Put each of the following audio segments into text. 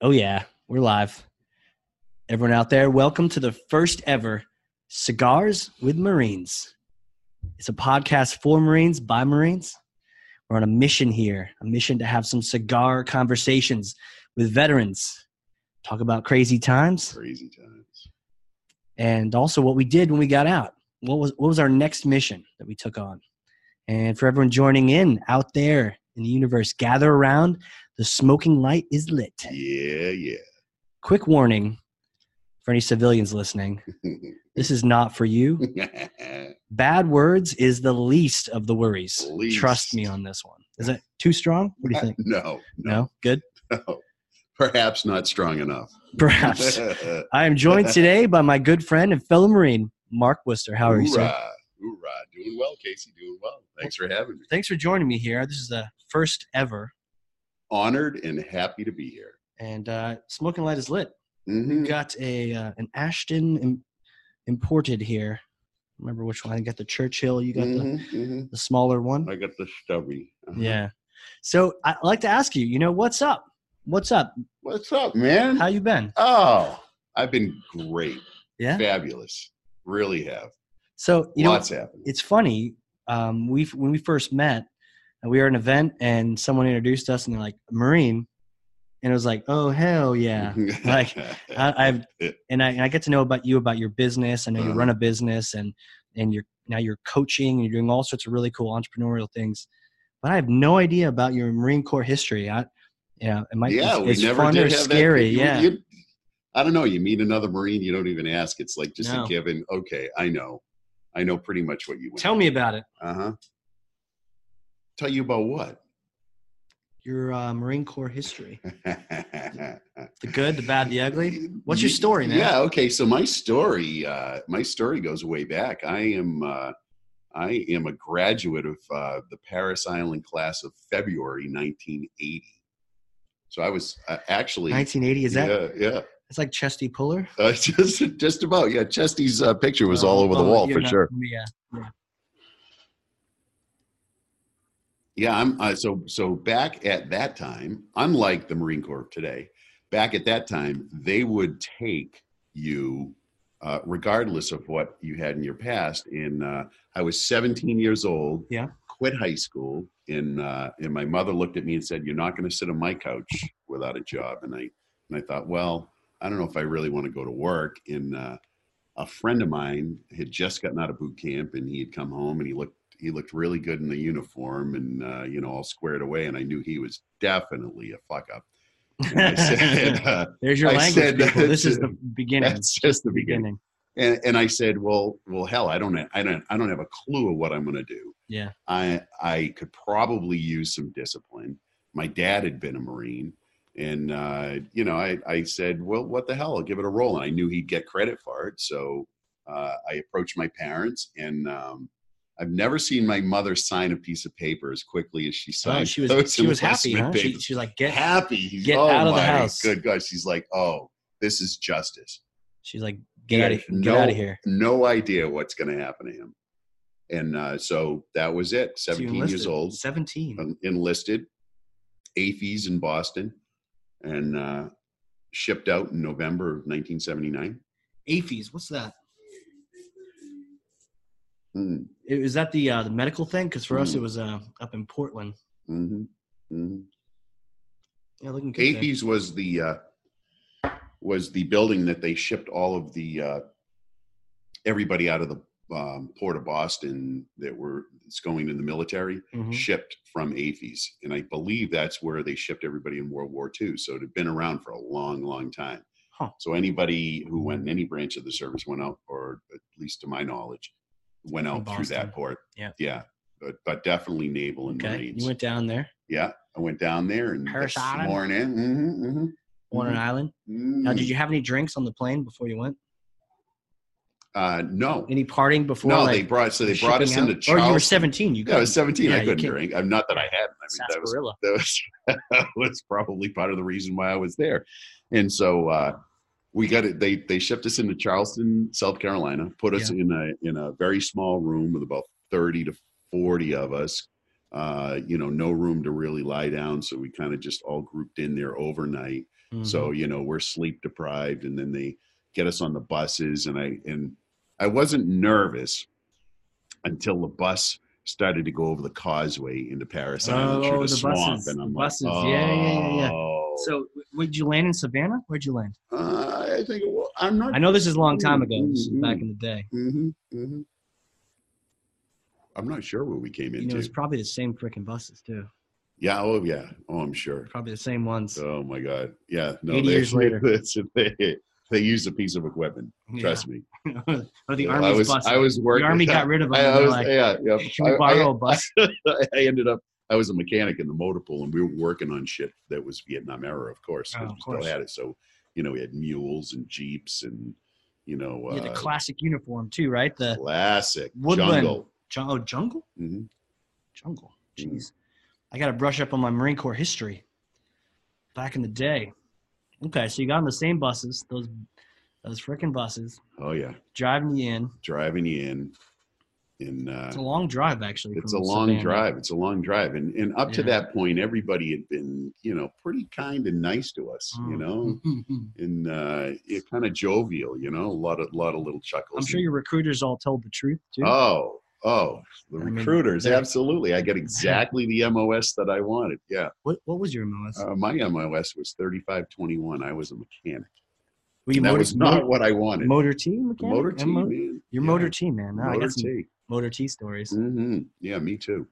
Oh, yeah, we're live. Everyone out there, welcome to the first ever Cigars with Marines. It's a podcast for Marines by Marines. We're on a mission here, a mission to have some cigar conversations with veterans, talk about crazy times, Crazy times. and also what we did when we got out. What was what was our next mission that we took on? And for everyone joining in out there in the universe, gather around. The smoking light is lit. Yeah, yeah. quick warning for any civilians listening this is not for you bad words is the least of the worries Least. trust me on this one is that too strong what do you think no, no good no. Perhaps not strong enough. perhaps i am joined today by my good friend and fellow marine mark worcester how are you sir Hoorah. Hoorah. Doing well, Casey. Doing well. Thanks for having me. thanks for joining me here this is the first ever Honored and happy to be here. and uh, smoking light is lit Mhm. we got a uh, an ashton im- imported here remember which one i got the churchill you got the, Mhm, mhm. the smaller one I got the stubby. Uh-huh. Yeah. So I'd like to ask you, you know, what's up? What's up? What's up, man? How you been? oh, I've been great. Yeah. Fabulous. Really have. So you Lots know, happening. it's funny. Um, we when we first met, and we were at an event, and someone introduced us, and they're like Marine, and it was like, oh hell yeah. like, Mm-hmm. I, I've and I, and I get to know about you about your business. I know you Uh-huh. run a business, and and you're now you're coaching, and you're doing all sorts of really cool entrepreneurial things. But I have no idea about your Marine Corps history. I, you know, it might yeah, it's, we it's never fun did or have scary. That. you- yeah, you- I don't know. You meet another Marine, you don't even ask. It's like just No. a given. Okay, I know. I know pretty much what you went. tell me about it. Uh huh. Tell you about what? your uh, Marine Corps history. The good, the bad, the ugly. What's your story, man? Yeah. Okay. So my story, uh, my story goes way back. I am, uh, I am a graduate of uh, the Paris Island class of February 1980. So I was uh, actually. 1980 is that? Yeah. Yeah. It's like Chesty Puller. Uh, just, just about. Yeah, Chesty's uh, picture was Oh, all over the oh, wall you're for not- sure. Yeah. Yeah, I'm uh, so so. Back at that time, unlike the Marine Corps of today, back at that time, they would take you, uh, regardless of what you had in your past. In uh, I was 17 years old. Yeah. Quit high school, and uh, and my mother looked at me and said, "You're not going to sit on my couch without a job." And I and I thought, well, I don't know if I really want to go to work. And uh, a friend of mine had just gotten out of boot camp, and he had come home, and he looked he looked really good in the uniform, and uh, you know all squared away. And I knew he was definitely a fuck up. And I said, uh, There's your I language, said people. that- This is the beginning. that's just the beginning. Beginning. And, and I said, well, well, hell, I don't, I don't, I don't have a clue of what I'm going to do. Yeah. I I could probably use some discipline. My dad had been a Marine, and uh, you know, I I said, well, what the hell? I'll give it a roll, and I knew he'd get credit for it. So uh, I approached my parents, and um, I've never seen my mother sign a piece of paper as quickly as she signed. Oh, she was. those She was happy. investment Huh? She, papers. she was like, get. happy. get oh out of the my house. Good God, she's like, oh, this is justice She's like, get Yeah, out of get no. out of here. no idea what's going to happen to him. And uh, so that was it. So you 17 years enlisted. old, Um, Seventeen. en- enlisted, AFES in Boston, and uh, shipped out in November of 1979. AFES. What's that? Mm, I- Is that the uh, the medical thing? Because for us, Mhm. it was uh, up in Portland. mhm, mhm. Yeah, looking good. there. AFES was the uh, was the building that they shipped all of the uh, everybody out of the um, port of Boston that were that's going in the military. Mhm. shipped from AFES. And I believe that's where they shipped everybody in World War II. So it had been around for a long, long time. Huh. So anybody who went in any branch of the service went out, or at least to my knowledge, went From out through Boston. that port. Yeah. Yeah. But, but definitely Naval and Okay, Marines. you went down there yeah. I went down there and Parris Island? sworn in. Mhm, on an island. mhm, Now, mhm. did you have any drinks on the plane before you went? Uh, no. Any partying before? No, like, they brought so they brought us shipping into out? Or you were Charleston. 17. You Yeah, I was guys. 17. Yeah, I you couldn't can't- drink. I'm not that I had. I mean, that was sarsaparilla. that was that was probably part of the reason why I was there. And so uh, we got it. They they shipped us into Charleston, South Carolina, put us in a in a very small room with about thirty to forty of us. uh, you know, no room to really lie down. So we kind of just all grouped in there overnight. Mhm. So, you know, we're sleep deprived and then they get us on the buses and I and I wasn't nervous until the bus started to go over the causeway into Paris Island Oh, through the, the swamp buses, and the I'm buses. like, Yeah, oh. yeah, yeah, yeah. So, would you land in Savannah? Where'd you land? uh, I think it wa- I'm not I know this is a long time ago. This is back in the day. hmm hmm I'm not sure what we came You know, into. it's probably the same freaking buses too. yeah, oh yeah, oh I'm sure. Probably the same ones. Oh my God, yeah. No, 80 they, years later. it's- they, they used a piece of equipment. Trust me. Yeah. or the Yeah, army's I was, buses. I was the working. army got rid of them. I, and I they're was, like, yeah, yeah. Can we I- I- borrow a bus? I ended up. I was a mechanic in the motor pool, and we were working on shit that was Vietnam era, of course, Oh, because of we course. still had it. So, you know, we had mules and jeeps, and you know, yeah, the uh, classic uniform too, right? The classic woodland. jungle. ju- oh, jungle, hmm jungle. Mhm. Jeez, I got to brush up on my Marine Corps history. Back in the day. Okay, so you got on the same buses, those those freaking buses, Oh yeah, driving you in. driving you in, and uh, It's a long drive, actually. it's a from long Savannah. drive. It's a long drive, and and up to Yeah. that point, everybody had been you know pretty kind and nice to us, you Mm. know, and uh, it kind of jovial, you know, a lot of lot of little chuckles. I'm sure your recruiters all told the truth too. Oh, oh, the I mean, recruiters. they're- absolutely. I get exactly the MOS that I wanted. Yeah. what What was your MOS? Uh, my MOS was 3521. I was a mechanic. Were you And that motor, was not motor, what I wanted. motor T mechanic? Motor T, MO? man. You're Yeah, motor T man. Now I Motor got some T. motor T stories. hmm Yeah, me too.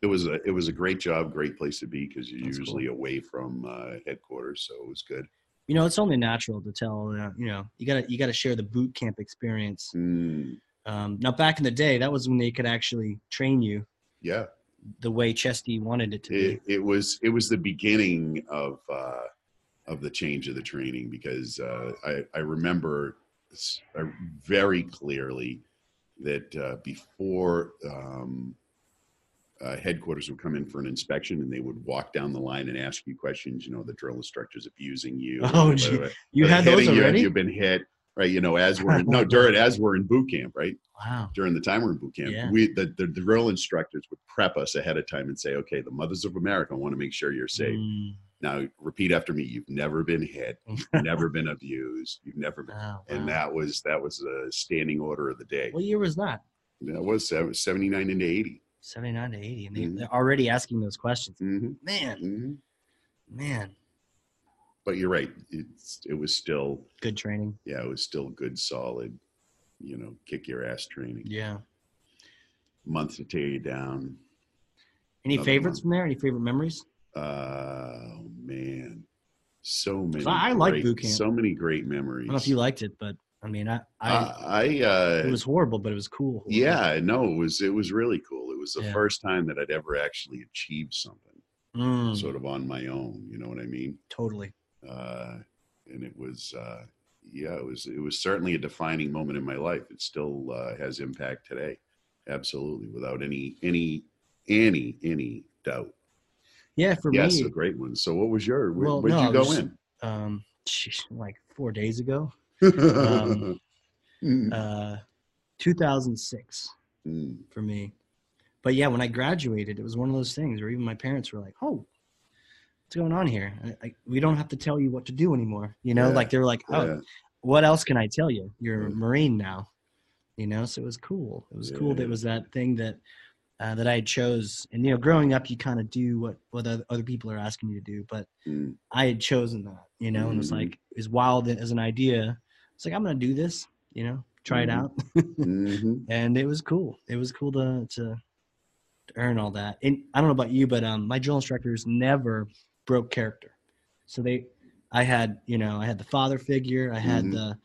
It was a it was a great job, great place to be because you're That's cool. usually away from uh, headquarters, so it was good. You know, it's only natural to tell. Uh, you know, you gotta you gotta share the boot camp experience. Mm, Um, now, back in the day, that was when they could actually train you yeah, the way Chesty wanted it to be. it, it was it was the beginning of uh, of the change of the training because uh, I I remember s- uh, very clearly that uh, before um, uh, headquarters would come in for an inspection and they would walk down the line and ask you questions. You know, the drill instructors abusing you. Oh, gee. you They're had those hitting you, already? You've been hit, right? You know, as we're no during as we're in boot camp, right? wow. during the time we're in boot camp, Yeah. we the, the drill instructors would prep us ahead of time and say, "Okay, the mothers of America want to make sure you're safe. Mm, Now, repeat after me. You've never been hit, never been abused, you've never been." Ah, wow, And wow. that was that was a standing order of the day. What year was that? That was sev- seventy nine into 80 Seventy nine to eighty, and they, Mhm. they're already asking those questions. Mm-hmm. Man, hmm man, But you're right. It's it was still good training. yeah, it was still good, solid, you know, kick your ass training. Yeah. Months to tear you down. Any Another favorites one. from there? Any favorite memories? Oh man, so many. I like great- boot camp. So many great I memories. don't know if you liked it, but I mean, I, I I, I uh, it was horrible, but it was cool. yeah, no, it was it was really cool. It was the Yeah. first time that I'd ever actually achieved something, Mm, sort of on my own. You know what I mean? totally. Uh, and it was, uh, yeah, it was it was certainly a defining moment in my life. It still uh, has impact today, absolutely, without any any any any doubt. Yeah, for yes, me, a great one. So, what was your? Where, Well, would no, you I go was just- in? um, sheesh, like four days ago, Um, Mm. uh, 2006 Mm. for me. But yeah, when I graduated, it was one of those things where even my parents were like, "Oh, what's going on here? I, I, we don't have to tell you what to do anymore." You know, Yeah, like they were like, "Oh, Yeah. what else can I tell you? You're a Yeah. Marine now, you know." So it was cool. It was cool that it Yeah. was that thing that uh, that I chose. And you know, growing up, you kind of do what what oth- other people are asking you to do, but Mm. I had chosen that, you know, and it was Mhm. like as wild as an idea. It's like I'm gonna do this, you know, try it Mhm. out, Mhm. and it was cool. It was cool to to, to earn all that. And I don't know about you, but um, my drill instructors never broke character. So they, I had, you know, I had the father figure, I had Mhm. the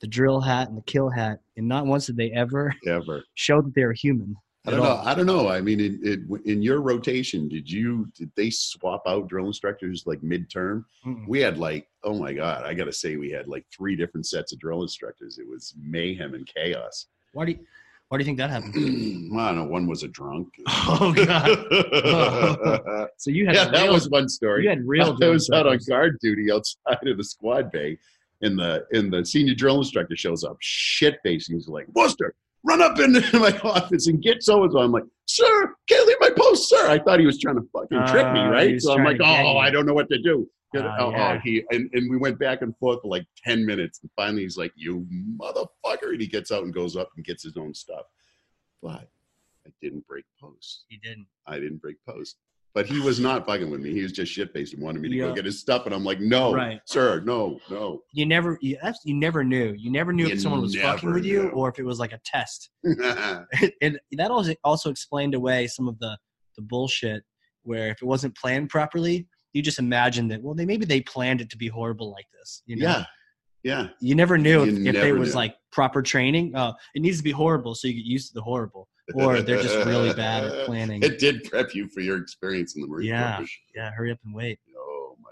the drill hat and the kill hat, and not once did they ever Ever. show that they were human. at I don't know. all. I don't know. I mean, in, it, in your rotation, did you did they swap out drill instructors like midterm? Mm-mm. We had like, oh my god, I gotta say, we had like three different sets of drill instructors. It was mayhem and chaos. Why do you, why do you think that happened? I don't know. One was a drunk. Oh God! So you had yeah, that real- was one story. you had real. I drill was out on instructors. guard duty outside of the squad bay, and the and the senior drill instructor shows up, shit faced. He's like, "Worcester, run up into my office and get so and so. I'm like, sir, can't leave my post, sir. I thought he was trying to fucking trick me, Uh, he right? was So I'm trying like, to get oh, you. I don't know what to do. Oh, oh, yeah. oh, he and, and we went back and forth for like 10 minutes. And finally he's like, you motherfucker. And he gets out and goes up and gets his own stuff. But I didn't break post. You didn't. I didn't break post. But he was not fucking with me. He was just shit faced and wanted me to Yeah. go get his stuff. And I'm like, no, Right. sir, no, no. You never. You, that's, you never knew. You never knew You if someone was fucking never with you knew. or if it was like a test. and that also also explained away some of the the bullshit where if it wasn't planned properly, you just imagined that. Well, they maybe they planned it to be horrible like this. You know? Yeah. Yeah. You never knew if, You if it never was knew. like proper training. Oh, it needs to be horrible so you get used to the horrible, or they're just really bad at planning. It did prep you for your experience in the Marine Yeah. Corps. Yeah, hurry up and wait. Oh my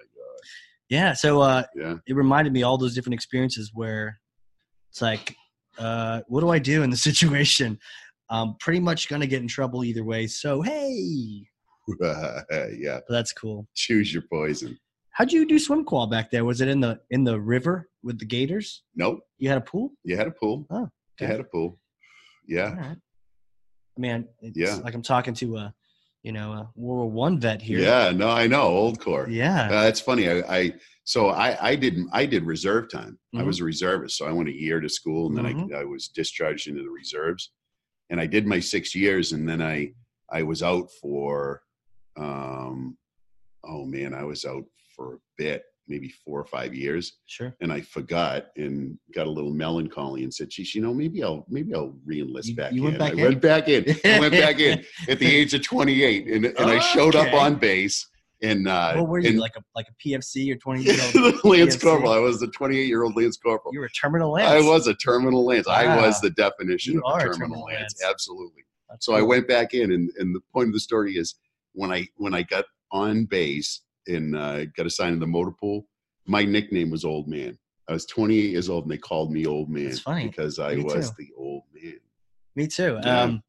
Yeah, so uh, god. it reminded me all those different experiences where it's like, uh, what do I do in the situation? I'm pretty much gonna get in trouble either way. So hey, Yeah. yeah. but that's cool. Choose your poison. How'd you do swim qual back there? Was it in the in the river with the gators? Nope. You had a pool? You had a pool. Oh, okay. You had a pool. All Yeah. right. Man, it's Yeah. like I'm talking to a, you know, a World War One vet here. Yeah. No, I know. Old Corps. Yeah. Uh, that's funny. I, I so I I didn't I did reserve time. I Mhm. was a reservist, so I went a year to school, and then Mhm. I I was discharged into the reserves, and I did my six years, and then I I was out for, um, oh man, I was out for a bit, maybe four or five years, Sure. and I forgot and got a little melancholy and said, "Geez, you know, maybe I'll maybe I'll re-enlist You- back you in." went back I in? went back in. I went back in at the age of 28, and and I showed up Okay. on base. And uh, what were you and- like a like a PFC or 20 year old? the Lance PFC. Corporal. I was the 28 year old Lance Corporal. You were a terminal lance. I was a terminal Lance. I Wow. was the definition You of are a a terminal, terminal Lance. Lance. Absolutely. That's So I cool. went back in, and, and the point of the story is when I when I got on base and uh, got assigned in the motor pool, my nickname was Old Man. I was 28 years old, and they called me Old Man. That's funny. because I Me was too. the old man. Me too. Yeah. Um,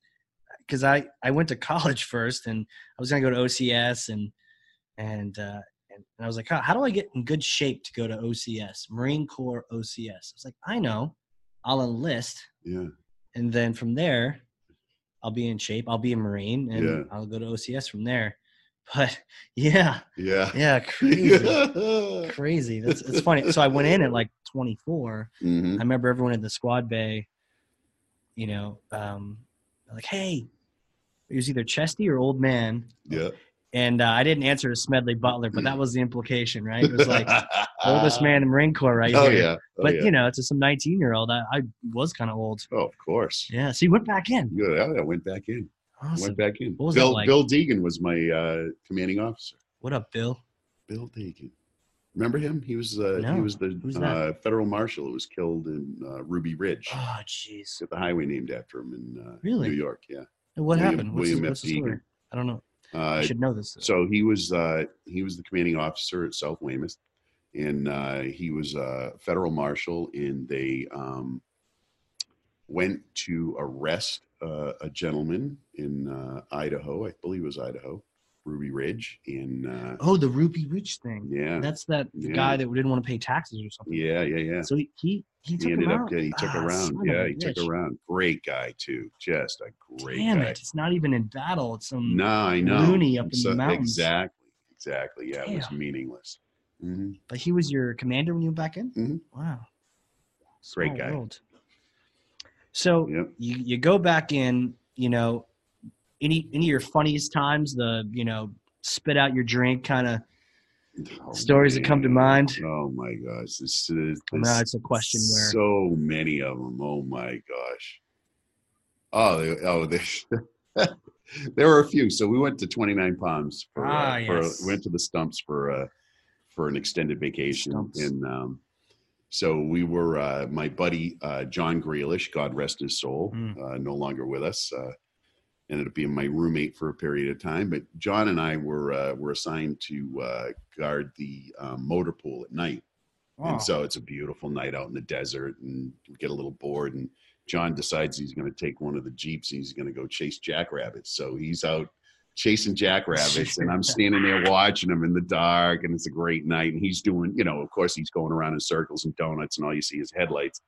because I I went to college first, and I was gonna go to OCS, and and uh, and, and I was like, how, how do I get in good shape to go to OCS, Marine Corps OCS? I was like, I know, I'll enlist, Yeah, and then from there, I'll be in shape. I'll be a Marine, and Yeah. I'll go to OCS from there. But yeah, yeah. yeah, crazy, crazy. That's it's funny. So I went in at like 24, Mhm. I remember everyone in the squad bay, you know, um, like, hey, it was either Chesty or Old Man. Yeah. And uh, I didn't answer to Smedley Butler, but that was the implication, right? It was like, oldest man in Marine Corps right Oh here. yeah. Oh, but, yeah. you know, to some 19 year old, I, I was kind of old. Oh, of course. Oh, Yeah. So you went back in. Yeah, I went back in. Awesome. Went back in. What was Bill that like? Bill Deegan was my uh, commanding officer. What up, Bill? Bill Deegan. Remember him? He was uh, No. he was the Who's uh, federal marshal who was killed in uh, Ruby Ridge. Oh, jeez. Got the highway named after him in uh, Really? New York. Yeah. What William- happened? What's, William the, F. what's the story? Deegan. I don't know. I Uh, should know this. so he was uh, he was the commanding officer at South Weymouth, and uh, he was a federal marshal, and they um, went to arrest uh, a gentleman in uh, Idaho. I believe it was Idaho, Ruby Ridge, in uh, oh, the Ruby Ridge thing. yeah, That's that Yeah. guy that didn't want to pay taxes or something. yeah, yeah, yeah. So he he, he took he ended him up out. yeah, he took Ah, around. son of Yeah, a he took bitch. around. Great guy too. Just a great Damn guy. it! It's not even in battle. It's some. No, I know. Looney up in the mountains. Exactly. Exactly. Yeah, it was Damn. meaningless. Mhm. But he was your commander when you went back in. Mhm. Wow. Great Small guy. world. So Yep. you you go back in. You know, any any of your funniest times, the you know spit out your drink kind of. Oh, Stories that come to man. mind? Oh my gosh, this is Well, now it's a question where so many of them. Oh my gosh. Oh, they, oh, they, there were a few. So we went to Twenty Nine Palms for, Ah, uh, for- yes. went to the Stumps for uh, for an extended vacation, Stumps. and um, so we were. Uh, my buddy uh, John Grealish, God rest his soul, Mm. uh, no longer with us. Uh, ended up being my roommate for a period of time, but John and I were uh, were assigned to uh, guard the um, motor pool at night. oh, And so it's a beautiful night out in the desert, and we get a little bored. And John decides he's going to take one of the jeeps. And he's going to go chase jackrabbits. So he's out chasing jackrabbits, and I'm standing there watching him in the dark. And it's a great night. And he's doing, you know, of course, he's going around in circles and donuts, and all you see is headlights.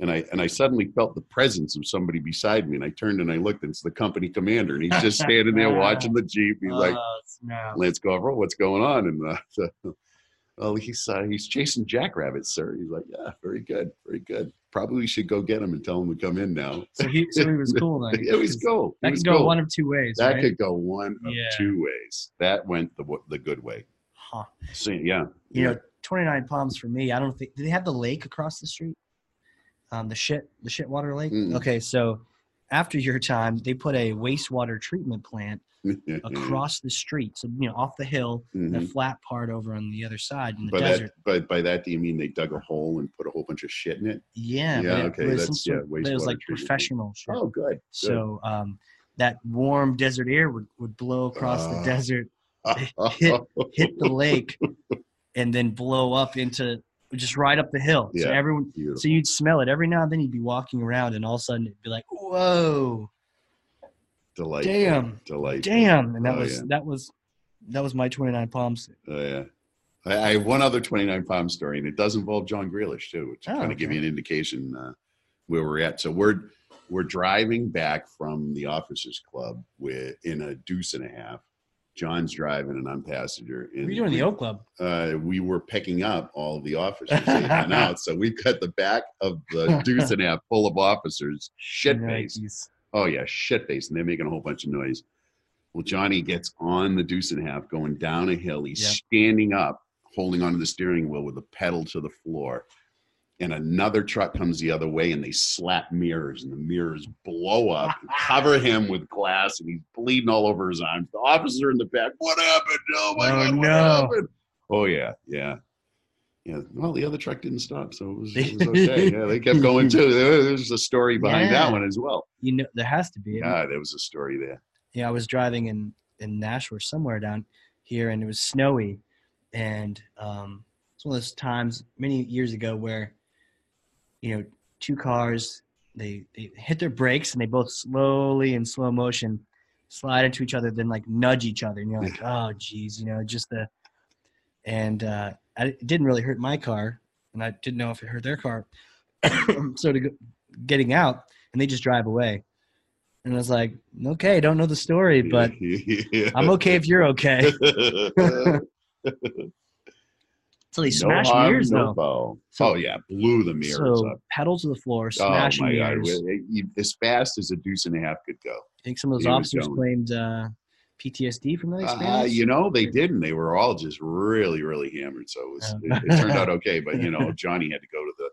and I and I suddenly felt the presence of somebody beside me, and I turned and I looked, and it's the company commander, and he's just standing there watching the jeep. He's like, Oh, snap. Lance Govro, what's going on? And uh, the, well, he's uh, he's chasing jackrabbits, sir. He's like, yeah, very good, very good. Probably we should go get him and tell him to come in now. So he, so he was cool then. It was cool. It That was could go cool. one of two ways. That right? could go one of Yeah. two ways. That went the w- the good way. Huh. So, yeah, You Yeah. know, 29 Palms for me. I don't think. Do they have the lake across the street? Um, the shit, the shitwater lake. Mm. Okay, so after your time, they put a wastewater treatment plant across the street. So you know, off the hill, the Mhm. flat part over on the other side in the By desert. that, but by that, do you mean they dug a hole and put a whole bunch of shit in it? yeah, Yeah, but it okay, was some that's- sort yeah, but it was wastewater like treatment plant. professional shit. Oh, good. so um, that warm desert air would, would blow across the Ah. desert, hit the lake, and then blow up into just right up the hill. So Yeah. everyone, Beautiful. so you'd smell it every now and then. You'd be walking around, and all of a sudden it'd be like, "Whoa, Delightful. damn, Delightful. damn!" And that Oh, was yeah. that was that was my twenty nine palms. Oh, yeah. I, I have one other 29 Palm story, and it does involve John Grealish, too, which Oh, kind of give okay. you an indication uh, where we're at. So we're we're driving back from the officers club with in a deuce and a half. John's driving, and I'm passenger. And Were you doing we- the O Club? uh, we were picking up all of the officers they went out. So we've got the back of the deuce and a half full of officers, shit faced. Yikes. Oh yeah, shit faced, and they're making a whole bunch of noise. Well, Johnny gets on the deuce and a half, going down a hill. He's Yep. standing up, holding onto the steering wheel with the pedal to the floor. And another truck comes the other way, and they slap mirrors, and the mirrors blow up, and cover him with glass, and he's bleeding all over his arms. The officer in the back, what happened? Oh my Oh, god, what no. happened? Oh yeah, yeah. Yeah, well, the other truck didn't stop, so it was, it was okay. Yeah, they kept going too. There- There's a story behind Yeah. that one as well. You know, there has to be. Yeah, there was a story there. yeah, I was driving in in Nashua or somewhere down here, and it was snowy, and um, it's one of those times many years ago where, you know, two cars they they hit their brakes and they both slowly in slow motion slide into each other, then like nudge each other, and you're like, oh geez, you know, just the, and uh, I, it didn't really hurt my car, and I didn't know if it hurt their car, so to go, getting out, and they just drive away. And I was like, okay, don't know the story, but I'm okay if you're okay. So they smashed harm, mirrors no though. foul. So- oh yeah, blew the mirrors So up. pedal to the floor, Oh my smashing god, mirrors. Well, it- as fast as a deuce and a half could go. I think some of those he was officers going. claimed uh, PTSD from that Uh, experience. you know they didn't. They were all just really, really hammered. So it, was, Um. it, it turned out okay. But you know, Johnny had to go to the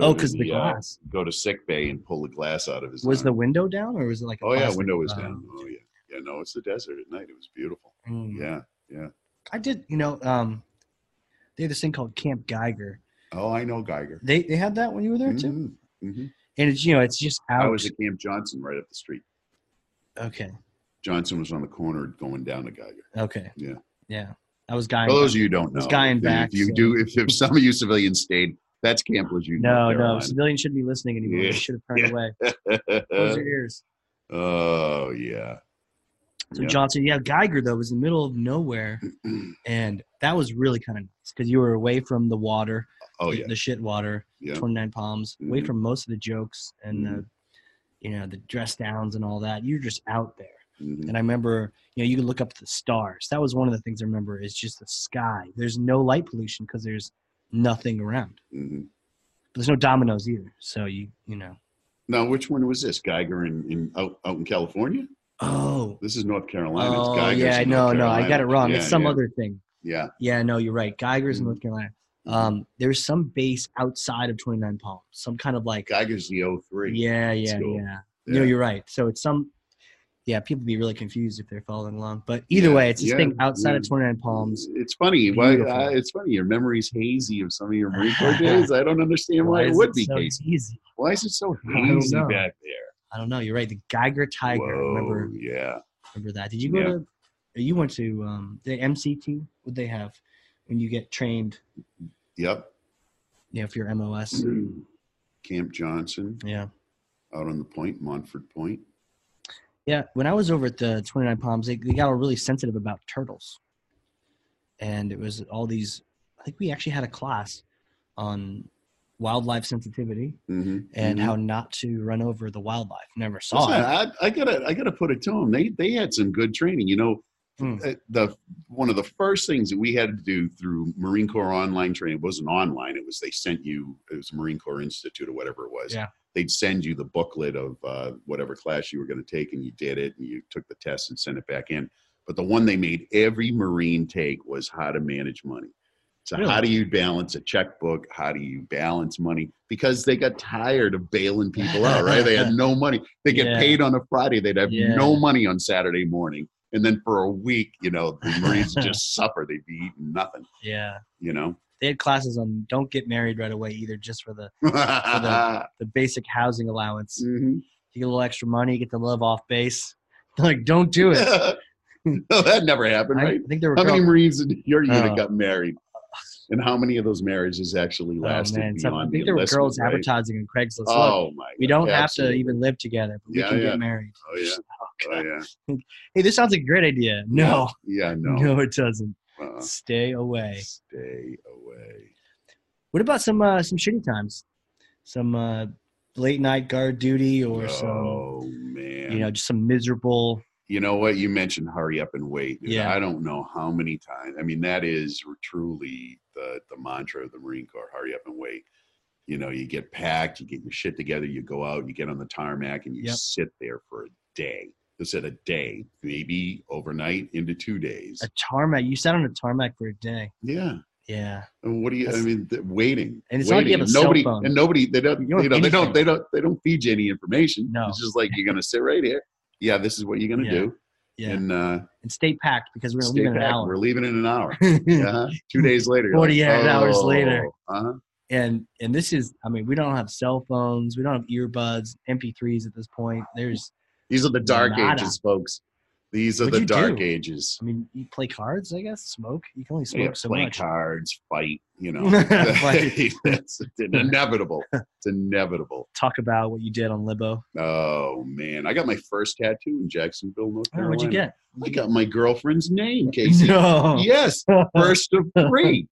go oh, to because the, uh, glass go to sick bay and pull the glass out of his. was eye. the window down, or was it like a oh yeah, plastic, window was uh, down. Oh yeah, yeah. No, it's the desert at night. It was beautiful. mm. Yeah. I did. You know, um, they had this thing called Camp Geiger. Oh, I know Geiger. They they had that when you were there too, Mhm, mhm. and it's you know it's just out. I was at Camp Johnson right up the street. okay, Johnson was on the corner going down to Geiger. okay, Yeah. yeah. I was guy. For those of you who don't know, This guy in if, back, if you so- do, if, if some of you civilians stayed, that's Camp Lejeune. no, North no, Carolina. civilians shouldn't be listening anymore. Yeah. They should have turned Yeah. away. Close your ears. oh yeah, So Yeah. Johnson, yeah, Geiger though was in the middle of nowhere, and that was really kind of nice because you were away from the water, oh the, yeah, the shit water, yeah. Twenty Nine Palms, away Mhm. from most of the jokes and the, Mm-hmm. you know, the dress downs and all that. You're just out there, Mhm. and I remember, you know, you could look up at the stars. That was one of the things I remember is just the sky. There's no light pollution because there's nothing around. Mhm. There's no dominoes either, so you you know. Now, which one was this? Geiger in, in out, out in California? Oh, This is North Carolina. It's oh Geiger's yeah, in no, North no, I Carolina. got it wrong. Yeah, it's some yeah, other thing. Yeah. Yeah, no, you're right. Geiger's in Mhm. North Carolina. Um, there's some base outside of 29 Palms, some kind of like, Mm-hmm. Geiger's the 03. yeah, yeah, cool. yeah. Yeah. No, you're right. So it's some, yeah, people be really confused if they're following along. But either Yeah, way, it's this yeah, Mm. thing outside of yeah. 29 Palms. It's funny. Why? Beautiful. Uh, it's funny. Your memory's hazy of some of your Marine Corps days. I don't understand why, it is would it be so hazy. easy? Why is it so I don't hazy know. back there? I don't know. You're right. The Geiger Tiger. I Whoa, Remember, Yeah. remember that? Did you go Yeah. to? You went to um, the MCT? Would they have when you get trained? Yep. You know, for your MOS. Mm-hmm. Camp Johnson Yeah. out on the point, Montford Point. Yeah, when I was over at the 29 Palms, they, they got all really sensitive about turtles. And it was all these, I think we actually had a class on wildlife sensitivity hmm and how not to run over the wildlife. Never saw Listen, it. I, I gotta, I gotta put it to them. They, they had some good training. You know, Mm. uh, the one of the first things that we had to do through Marine Corps online training it wasn't online. It was they sent you. It was Marine Corps Institute or whatever it was. Yeah. They'd send you the booklet of uh, whatever class you were going to take, and you did it, and you took the test and sent it back in. But the one they made every Marine take was how to manage money. So Really? how do you balance a checkbook? How do you balance money? Because they got tired of bailing people out, right? They had no money. They get Yeah. paid on a Friday. They'd have Yeah. no money on Saturday morning. And then for a week, you know, the Marines would just suffer. They'd be eating nothing, Yeah. you know. They had classes on don't get married right away either, just for the, Mhm. the basic housing allowance. Mm. Mm-hmm. You get a little extra money, you get to live off base. like, don't do it. no, that never happened, I, I right? think there were How many girls- Marines in your unit Oh. got married? And how many of those marriages actually oh, lasted man, so I beyond think the there were enlistment, girls right? advertising on Craigslist. Look, Oh my! we God, don't have to absolutely. even live together, but we Yeah, can yeah. get married. Oh yeah! Oh yeah! Hey, this sounds like a great idea. No, Yeah, no. no, it doesn't. Uh, Stay away. Stay away. What about some uh, some shitty times? Some uh, late night guard duty or some oh man! you know just some miserable. you know what you mentioned hurry up and wait dude. Yeah. i don't know how many times i mean that is truly the the mantra of the marine corps hurry up and wait you know you get packed you get your shit together you go out you get on the tarmac and you Yep. sit there for a day this at a day maybe overnight into two days A tarmac. You sat on a tarmac for a day. yeah Yeah. and what do you i That's- mean th- waiting And it's not like you waiting. have a cell nobody phone. and nobody they don't You you, don't have know they don't anything. they don't they don't feed you any information No. it's just like you're gonna sit right here yeah this is what you're gonna Yeah. do Yeah. And, and uh stay packed because we're gonna Stay leave in an back. hour. We're leaving in an hour. Uh-huh. Two days later. you're 48 hours later. Uh-huh. and and this is I mean, we don't have cell phones, we don't have earbuds, MP3s at this point. There's These are the dark Nada. ages, folks. These are What'd the you dark do? ages. I mean, you play cards, I guess, smoke. You can only smoke Yeah, so play much. cards, fight, you know. Fight. That's inevitable. It's inevitable. Talk about what you did on Libo. Oh man. I got my first tattoo in Jacksonville, North Oh, Carolina. what'd you get? I got my girlfriend's name, Casey. No. Yes. First of three.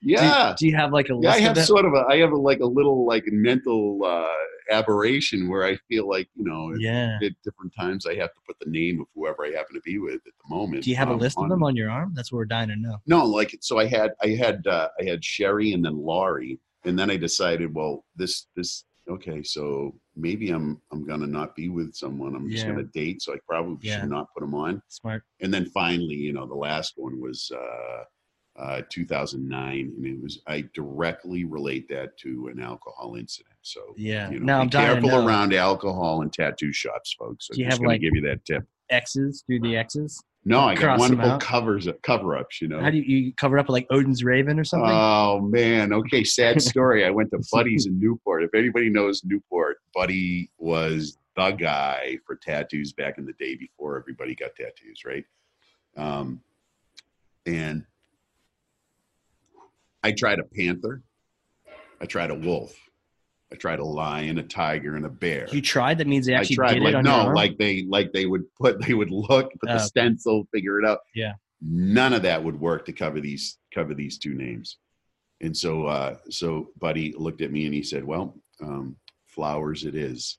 Yeah. Do you have like a list Yeah, I of have it? sort of a, I have a, like a little like mental uh, aberration where I feel like you know yeah. at different times I have to put the name of whoever I happen to be with at the moment. Do you have a um, list of on- them on your arm? That's what we're dying to know. No, like so I had I had uh, I had Sherry and then Laurie, and then I decided, well, this this okay, so maybe I'm I'm gonna not be with someone. I'm just Yeah. gonna date, so I probably Yeah. should not put them on. Smart. And then finally, you know, the last one was. Uh, uh, 2009, and it was I directly relate that to an alcohol incident. So Yeah. you know, now be I'm dying careful to know. around alcohol and tattoo shops, folks. I'm Do you just have, gonna like- give you that tip. X's through the X's. No, I got cross 'em wonderful out? covers cover ups. You know. How do you, you cover up with like Odin's Raven or something? Oh man. Okay. Sad story. I went to Buddy's in Newport. If anybody knows Newport, Buddy was the guy for tattoos back in the day before everybody got tattoos, right? Um, and I tried a panther. I tried a wolf. I tried a lion, a tiger, and a bear. you tried. That means they actually did like it on no, your arm. like they like they would put they would look, put Oh. the stencil, figure it out. Yeah. None of that would work to cover these cover these two names. And so uh so Buddy looked at me and he said, Well, um, flowers it is.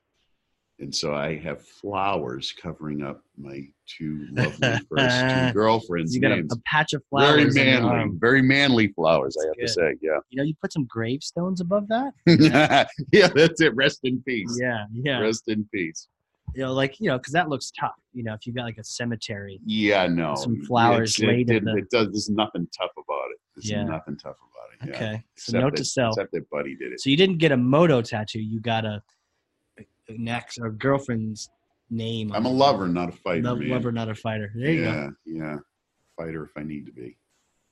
And so I have flowers covering up my two lovely first two girlfriends' you got a, names. a patch of Very flowers. on your manly, arm. very manly flowers, I have That's to say. You know, you put some gravestones above that. Yeah. yeah, that's it. Rest in peace. Yeah, yeah. Rest in peace. You know, like you know, because that looks tough. You know, if you got like a cemetery. Yeah, no. Some flowers It's- it laid in didn't- the- It does. There's nothing tough about it. There's Yeah. nothing tough about it. Yeah. Okay. So Except note to that- self. Except that Buddy did it. So you didn't get a moto tattoo. You got a an ex or girlfriend's name. on I'm a it. lover, not a fighter. Love, man. lover, not a fighter. There you go. yeah, yeah. Fighter if I need to be.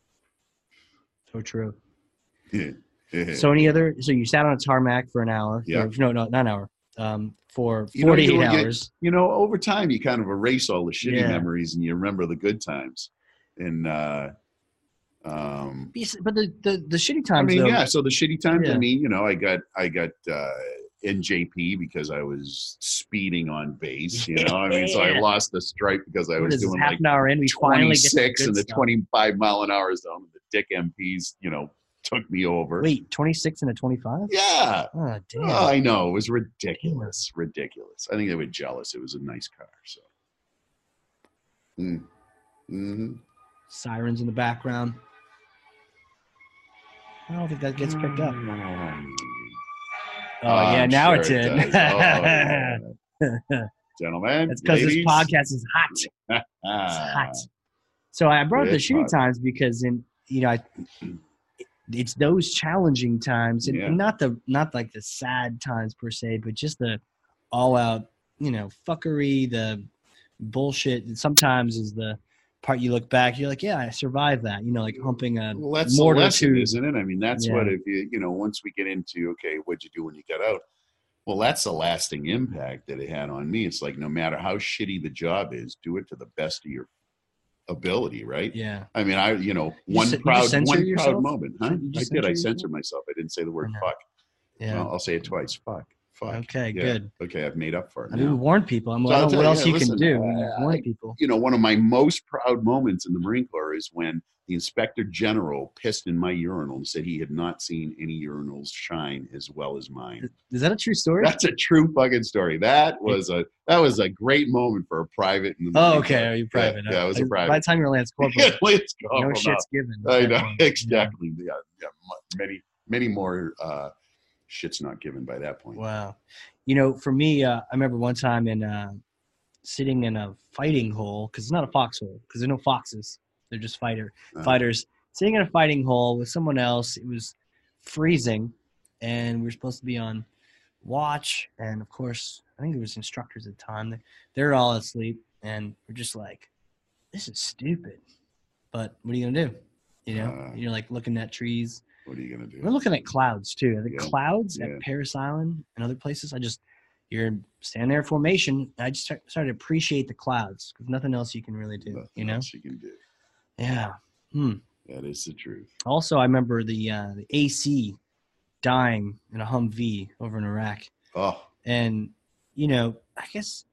So true. So any other? So you sat on a tarmac for an hour. Yeah. or- no, no, not an hour. Um, for You know, you forty-eight don't get- hours. you know, over time, you kind of erase all the shitty Yeah. memories and you remember the good times. And uh, um, Yes, But the the, the shitty I times. mean, though, yeah. So the shitty times. Yeah. I mean, you know, I got I got uh, NJP because I was speeding on base. You know, I mean, so I Yeah. lost the stripe because I What was is this, doing half like an hour in? We finally get to twenty six good and the stuff. twenty five mile an hour zone. and The dick MPs, you know, took me over. Wait, 26 and a 25? Yeah. Oh, damn. Oh, I know. It was ridiculous. Ridiculous. I think they were jealous. It was a nice car. So. Mm. hmm Sirens in the background. I don't think that gets picked up. Mm. Oh, yeah, now it's in. Oh, Gentlemen. That's because this ladies, podcast is hot. It's ah, hot. So I brought up it the is shooting hot. times because in you know I, it's those challenging times and Yeah. not the not like the sad times per se, but just the all out you know fuckery, the bullshit. And sometimes is the part you look back, you're like, yeah, I survived that. You know, like humping a Well, that's the mortar lesson, tube. isn't it? I mean, that's Yeah. what if you you know once we get into okay, what'd you do when you got out? Well, that's the lasting impact that it had on me. It's like no matter how shitty the job is, do it to the best of your ability, right? yeah. I mean, I you know You one just- you just proud censor one yourself? proud moment, huh? You I just did. I censor censored myself. I didn't say the word I know. fuck. Yeah. Well, I'll say it twice. Fuck. Oh, Fuck. okay. yeah. Good. Okay, I've made up for it. I now. mean, we warn people. I'm So like, I I'll don't know tell what you, else you can listen, do. I- You I- warn people. you know, one of my most proud moments in the Marine Corps is when the inspector general pissed in my urinal and said he had not seen any urinals shine as well as mine. Is that a true story? That's a true fucking story. That was a that was a great moment for a private. In the Oh, Marine okay. Corps. Are you private? uh, Yeah, yeah, I was a By private. the time you're Lance Corporal, Let's go. no from shit's given. that. I at that know point. exactly. Yeah, yeah, mu- many many more uh, shits not given by that point. Wow. You know, for me, uh, I remember one time in uh, sitting in a fighting hole because it's not a foxhole because there are no foxes. They're just fighter Uh-huh. fighters sitting in a fighting hole with someone else. It was freezing, and we were supposed to be on watch. And of course, I think it was instructors at the time. They- They're all asleep, and we're just like, "This is stupid." But what are you gonna do? You know, Uh. you're like looking at trees. What are you gonna do? We're looking at clouds too. I think Yeah. clouds Yeah. at Paris Island and other places. I just you're standing there in formation. And I just start, started to appreciate the clouds because nothing else you can really do. Nothing you know? else you can do. Yeah. That is the truth. Also, I remember the uh, the AC dying in a Humvee over in Iraq, Oh, and you know, I guess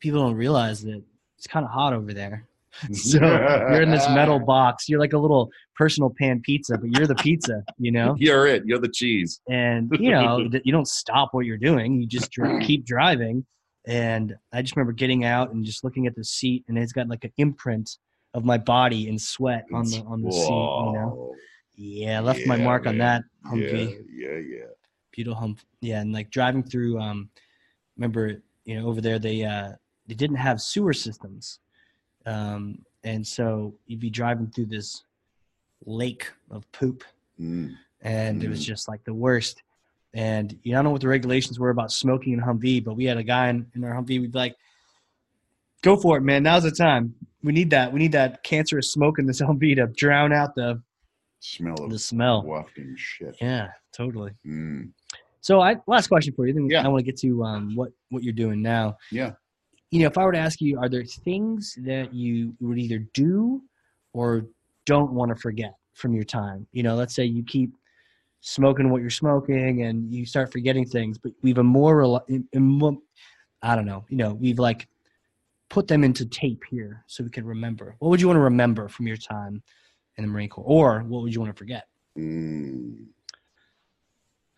people don't realize that it's kind of hot over there. So you're in this metal box. You're like a little personal pan pizza, but you're the pizza. You know? You're it. You're the cheese. and you know th- you don't stop what you're doing you just dri- keep driving and i just remember getting out and just looking at the seat and it's got like an imprint of my body and sweat on the on the seat you know Whoa. yeah I left my Yeah, mark on that man. humvee Yeah, yeah, yeah. beautiful hump yeah and like driving through um remember you know over there they uh they didn't have sewer systems um and so you'd be driving through this lake of poop Mm. and it was Mhm. just like the worst. And you know, I don't know what the regulations were about smoking in Humvee, but we had a guy in, in our Humvee. We'd be like, "Go for it, man! Now's the time. We need that. We need that cancerous smoke in this Humvee to drown out the Smell of the smell." wafting shit. Yeah, totally. Mm. So, I last question for you. Then Yeah. I want to get to um, what what you're doing now. Yeah. You know, if I were to ask you, are there things that you would either do or don't want to forget from your time? You know, let's say you keep smoking what you're smoking and you start forgetting things, but we've immoral, im- immo- I don't know, you know, we've like put them into tape here so we can remember. What would you want to remember from your time in the Marine Corps, or what would you want to forget? Mm.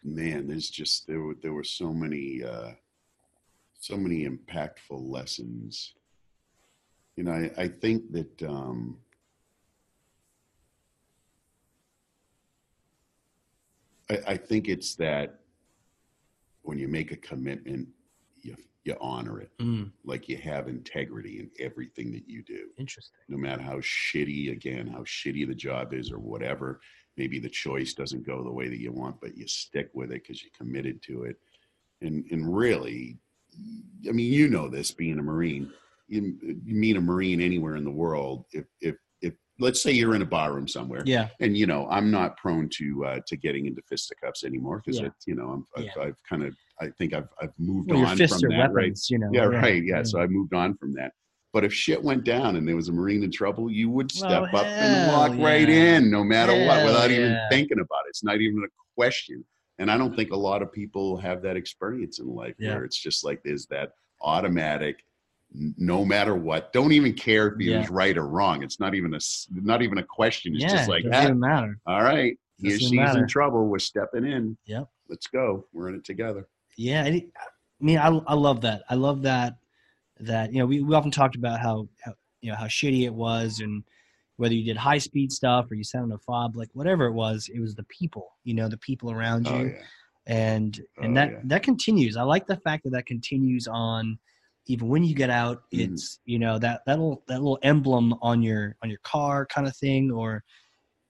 Man, there's just there were there were so many uh, so many impactful lessons. You know, I, I think that um, I, I think it's that when you make a commitment, you you honor it. Mm, Like you have integrity in everything that you do. interesting. no matter how shitty again how shitty the job is or whatever maybe the choice doesn't go the way that you want but you stick with it because you're committed to it and and really i mean you know this being a marine you, you meet a marine anywhere in the world if if if let's say you're in a bar room somewhere Yeah. and you know i'm not prone to uh to getting into fisticuffs anymore because Yeah. you know i'm i've, Yeah. I've kind of i think i've i've moved Well, your on fists from are that weapons, right you know. yeah, right. Yeah. Mm. So I moved on from that. But if shit went down and there was a Marine in trouble, you would step Well, up and walk hell right yeah. in no matter what Hell without even yeah. thinking about it. It's not even a question. And I don't think a lot of people have that experience in life Yeah. where it's just like there's that automatic n- no matter what don't even care if he Yeah. was right or wrong it's not even a s- not even a question it's yeah, just like doesn't "Ah, even matter. all right he or Doesn't she's matter. in trouble. We're stepping in. Yep. Let's go. We're in it together. Yeah, and it- I mean, I, I love that. I love that that you know we, we often talked about how, how you know how shitty it was, and whether you did high speed stuff or you sent in a fob, like whatever it was, it was the people. You know, the people around you, Oh yeah. and and Oh, that yeah. that continues. I like the fact that that continues on even when you get out. Mhm. It's you know that that little that little emblem on your on your car kind of thing, or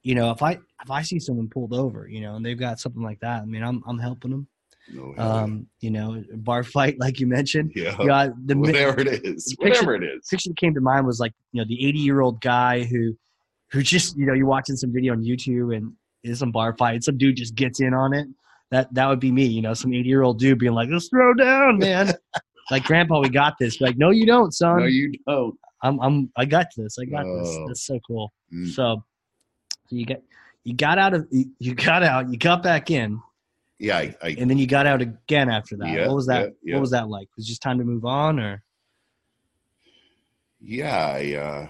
you know if I if I see someone pulled over, you know, and they've got something like that, I mean, I'm I'm helping them No, hell um, you know, bar fight, like you mentioned. yeah. You got the mi- whatever it is, picture- whatever it is. picture that came to mind was like, you know, the 80 year old guy who, who just, you know, you're watching some video on YouTube and is some bar fight, some dude just gets in on it. That, that would be me, you know, some 80 year old dude being like, let's throw down, man. like, grandpa, we got this. Like, no, you don't, son. no, you don't. I'm, I'm, I got this. I got this. Oh. That's so cool. Mm, So, so you got, you got out of, you you got out, you got back in, Yeah, I, I and then you got out again after that. Yeah, what was that? yeah, yeah. What was that like? Was it just time to move on, or yeah, I, uh,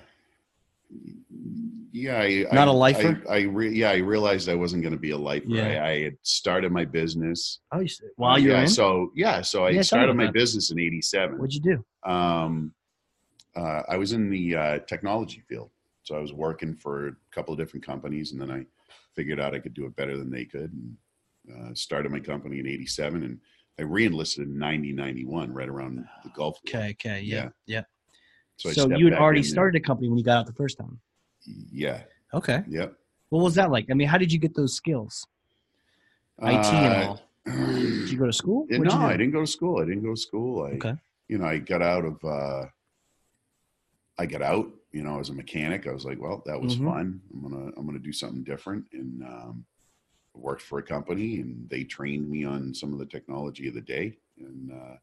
yeah, I, Not a a lifer? I, I re- yeah, I realized I wasn't going to be a lifer. Yeah. I, I had started my business oh, you, s- while you're yeah, in? So yeah, so I Yeah, tell me started about my that. business in '87. What'd you do? um, uh, I was in the uh, technology field. So I was working for a couple of different companies, and then I figured out I could do it better than they could, and uh, started my company in '87, and I re-enlisted in '90, '91, right around the Gulf. War. Okay, okay, yeah, yeah. So, I stepped you had back already in there. started a company when you got out the first time. Yeah. Okay. Yep. What was that like? I mean, how did you get those skills? IT and all. Did you go to school? Uh, Yeah, What'd no, you do? I didn't go to school. I didn't go to school. I, Okay. you know, I got out of, uh, I got out, you know, as a mechanic, I was like, well, that was Mhm. fun. I'm going to, I'm going to do something different. And, um, worked for a company and they trained me on some of the technology of the day. And, uh,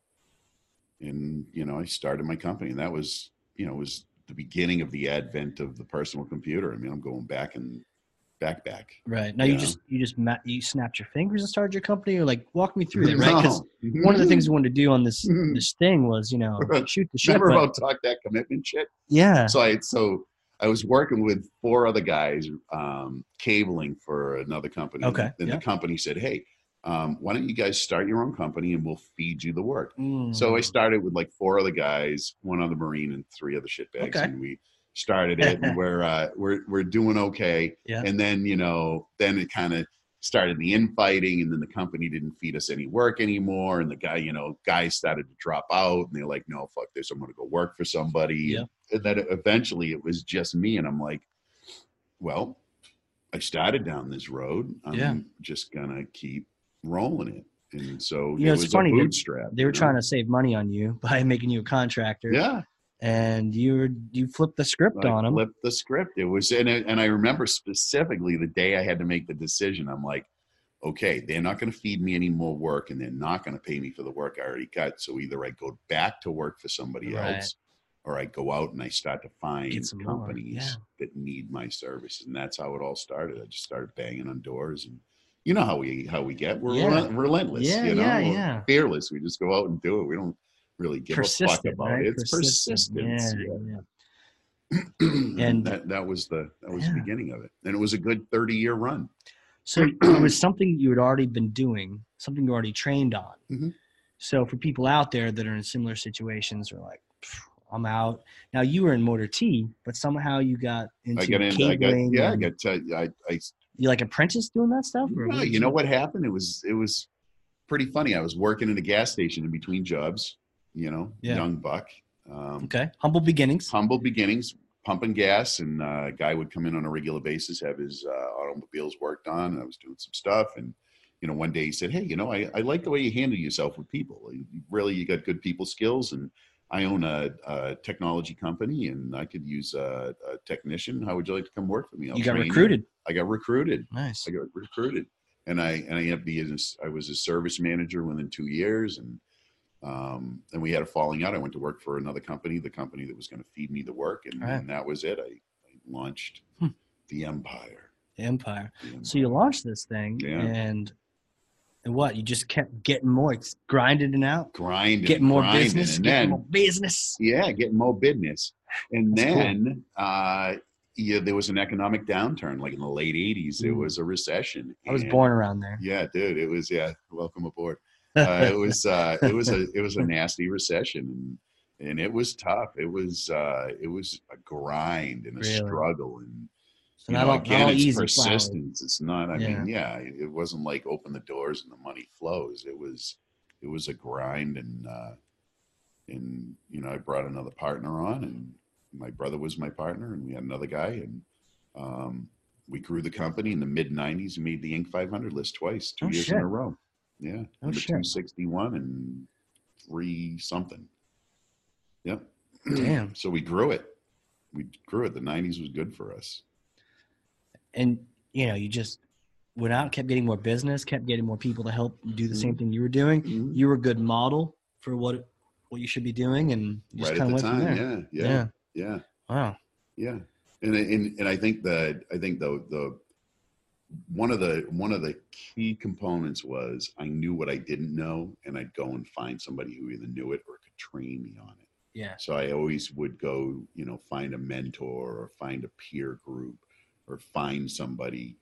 and, you know, I started my company and that was, you know, was the beginning of the advent of the personal computer. I mean, I'm going back and back, back. Right. Now Yeah. you just you just ma- you snapped your fingers and started your company, or like walk me through that, right? Because No. Mm-hmm. one of the things we wanted to do on this this thing was you know shoot the shit. Remember but- about talk that commitment shit? yeah. So I so I was working with four other guys um, cabling for another company. Okay, Then yeah. the company said, "Hey, um, why don't you guys start your own company and we'll feed you the work." So I Mm. started with like four other guys, one other marine, and three other shitbags, Okay. and we started it. and we're uh, we're we're doing okay. Yeah. And then you know, then it kind of started the infighting, and then the company didn't feed us any work anymore. And the guy, you know, guys started to drop out, and they're like, "No, fuck this! I'm going to go work for somebody." Yeah. And then eventually, it was just me, and I'm like, "Well, I started down this road. I'm Yeah. just gonna keep rolling it." And so You know, it it's was funny, a they- bootstrap. Mm. They were you know? trying to save money on you by making you a contractor. Yeah, and you were, you flipped the script I on them. flipped the script. It was and I- and I remember specifically the day I had to make the decision. I'm like, okay, they're not going to feed me any more work, and they're not going to pay me for the work I already got. So either I go back to work for somebody Right. else, or I go out and I start to find Get some more, companies yeah. that need my services, and that's how it all started. I just started banging on doors, and you know how we how we get we're Yeah. rel- relentless. Yeah, you know, yeah, We're yeah. fearless. We just go out and do it. We don't really give a fuck Persistent, about right? it. It's Persistent, persistence. yeah. Yeah, yeah. and And- that, that was the that was the Yeah. beginning of it and it was a good 30 year run So it was something you had already been doing, something you already trained on. Mhm. So for people out there that are in similar situations, are like, "Pff, I'm out. Now you were in Motor T, but somehow you got into i got in i got cabling. yeah i and- Oh, got to, i i you like apprentice doing that stuff. or no, what did you know what happened it was it was pretty funny i was working in a gas station in between jobs you know Yeah. young buck um Okay, humble beginnings. humble beginnings pumping gas and uh, a guy would come in on a regular basis have his uh, automobiles worked on and i was doing some stuff and you know one day he said hey you know i, I like the way you handle yourself with people You- you really you got good people skills and i own a, a technology company and i could use a, a technician how would you like to come work for me I'll You got train recruited. i got recruited Nice. i got recruited and i and i ended up being a- i was a service manager within two years and um, and we had a falling out. I went to work for another company, the company that was going to feed me the work, and, All right. and that was it. I, I launched Hmm. the empire. Empire. The empire. So you launched this thing, Yeah. and and what? You just kept getting more, ex- grinding it out, grinding, getting more grinding, business, and getting then more business. yeah, getting more business, and That's cool. then uh, yeah, there was an economic downturn, like in the late '80s. There was a recession. Hmm. I was and- born around there. Yeah, dude, it was. Yeah, welcome aboard. Uh, it was. Uh, it was a. It was a nasty recession, and, and it was tough. It was. Uh, it was a grind and a Really? struggle, and So you not know, all- again, not all it's easy flowers. persistence. It's not. I Yeah. mean, yeah, it it wasn't like open the doors and the money flows. It was. It was a grind, and uh, and you know, I brought another partner on, and my brother was my partner, and we had another guy, and um, we grew the company in the mid '90s. Made the Inc. 500 list twice, two Oh, years shit. in a row. Yeah, Oh, number shit. 261 and three something. Yep. Damn. so we grew it. We grew it. The '90s was good for us. and you know you just went out kept getting more business kept getting more people to help do the Mm-hmm. same thing you were doing you were a good model for what what you should be doing and you just Right at kind the of went from there time. Yeah, yeah, yeah, wow yeah, And and and I think the I think the the one of the one of the key components was I knew what I didn't know, and I'd go and find somebody who either knew it or could train me on it. yeah So I always would go, you know, find a mentor or find a peer group or find somebody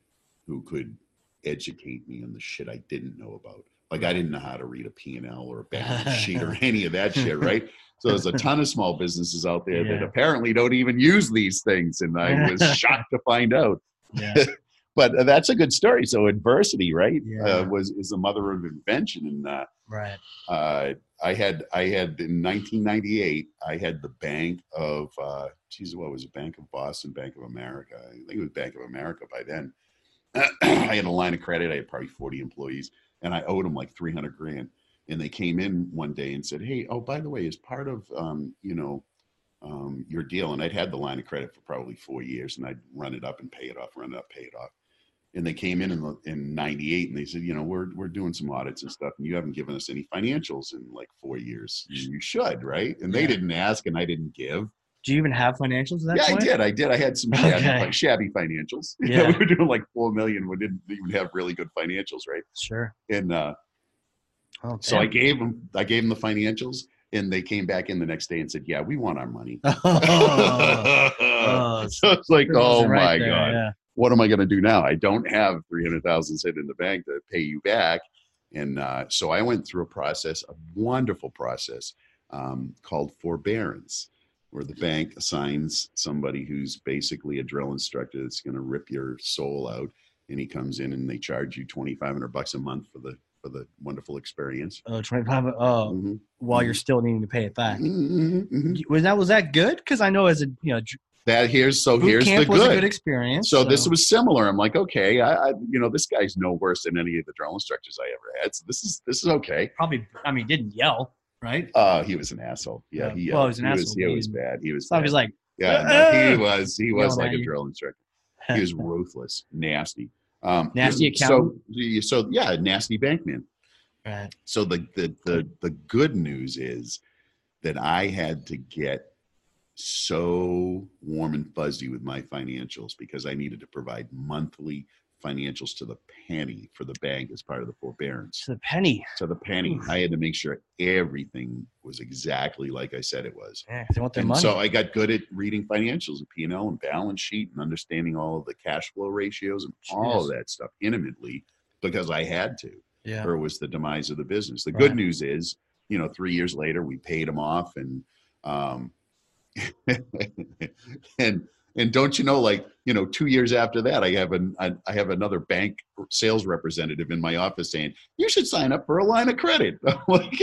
who could educate me on the shit I didn't know about. Like I didn't know how to read a P&L or a balance sheet or any of that shit, right? So there's a ton of small businesses out there that Yeah. apparently don't even use these things and I was shocked to find out. yeah But uh, that's a good story. So adversity, right? Yeah. Uh, was is the mother of invention and uh, right uh, I had I had in 1998 I had the Bank of uh, geez what was it Bank of Boston Bank of America I think it was Bank of America by then I had a line of credit I had probably 40 employees and I owed them like 300 grand and they came in one day and said hey oh by the way as part of um, you know um, your deal and I'd had the line of credit for probably four years and I'd run it up and pay it off run it up pay it off and they came in in, the, in 98 and they said you know we're, we're doing some audits and stuff and you haven't given us any financials in like four years you you should right and they Yeah. didn't ask and i didn't give do you even have financials at that yeah point i did i did i had some shabby, Okay. shabby financials Yeah. we were doing like four million we didn't even have really good financials right sure and uh, oh, so i gave them i gave them the financials and they came back in the next day and said yeah we want our money I oh, so it's like oh Right my there, god yeah. what am I going to do now? I don't have 300,000 sitting in the bank to pay you back. And uh, so I went through a process, a wonderful process um, called forbearance, where the bank assigns somebody who's basically a drill instructor that's going to rip your soul out. And he comes in and they charge you 2,500 bucks a month for the, for the wonderful experience. oh 25 oh Mhm. while you're still needing to pay it back Mhm, mhm. was that was that good because i know as a you know dr- That here's, so boot here's the camp was a good good. experience So, this was similar. I'm like, okay, I, I, you know, this guy's no worse than any of the drill instructors I ever had. So this is this is okay. probably i mean he didn't yell right Uh, he was an asshole. Yeah, Yeah. he, Well, uh, he was an asshole, He but he was, he was didn't- bad. He was. so i was bad. like yeah, no, "Uh-uh." he was. He was No, like no, a you- drill instructor. He was ruthless, nasty, um, Nasty accountant? So, so yeah, nasty bankman. right So the, the the the good news is that I had to get so warm and fuzzy with my financials because I needed to provide monthly financials to the penny for the bank as part of the forbearance to the penny. to the penny. I had to make sure everything was exactly like I said it was. Yeah, 'cause they want their and money. so I got good at reading financials and P and L and balance sheet and understanding all of the cash flow ratios and all of Jeez. that stuff intimately because I had to, yeah, or it was the demise of the business. The Right. good news is, you know, three years later we paid them off and um and and don't you know like you know two years after that i have an I, I have another bank sales representative in my office saying you should sign up for a line of credit I'm like,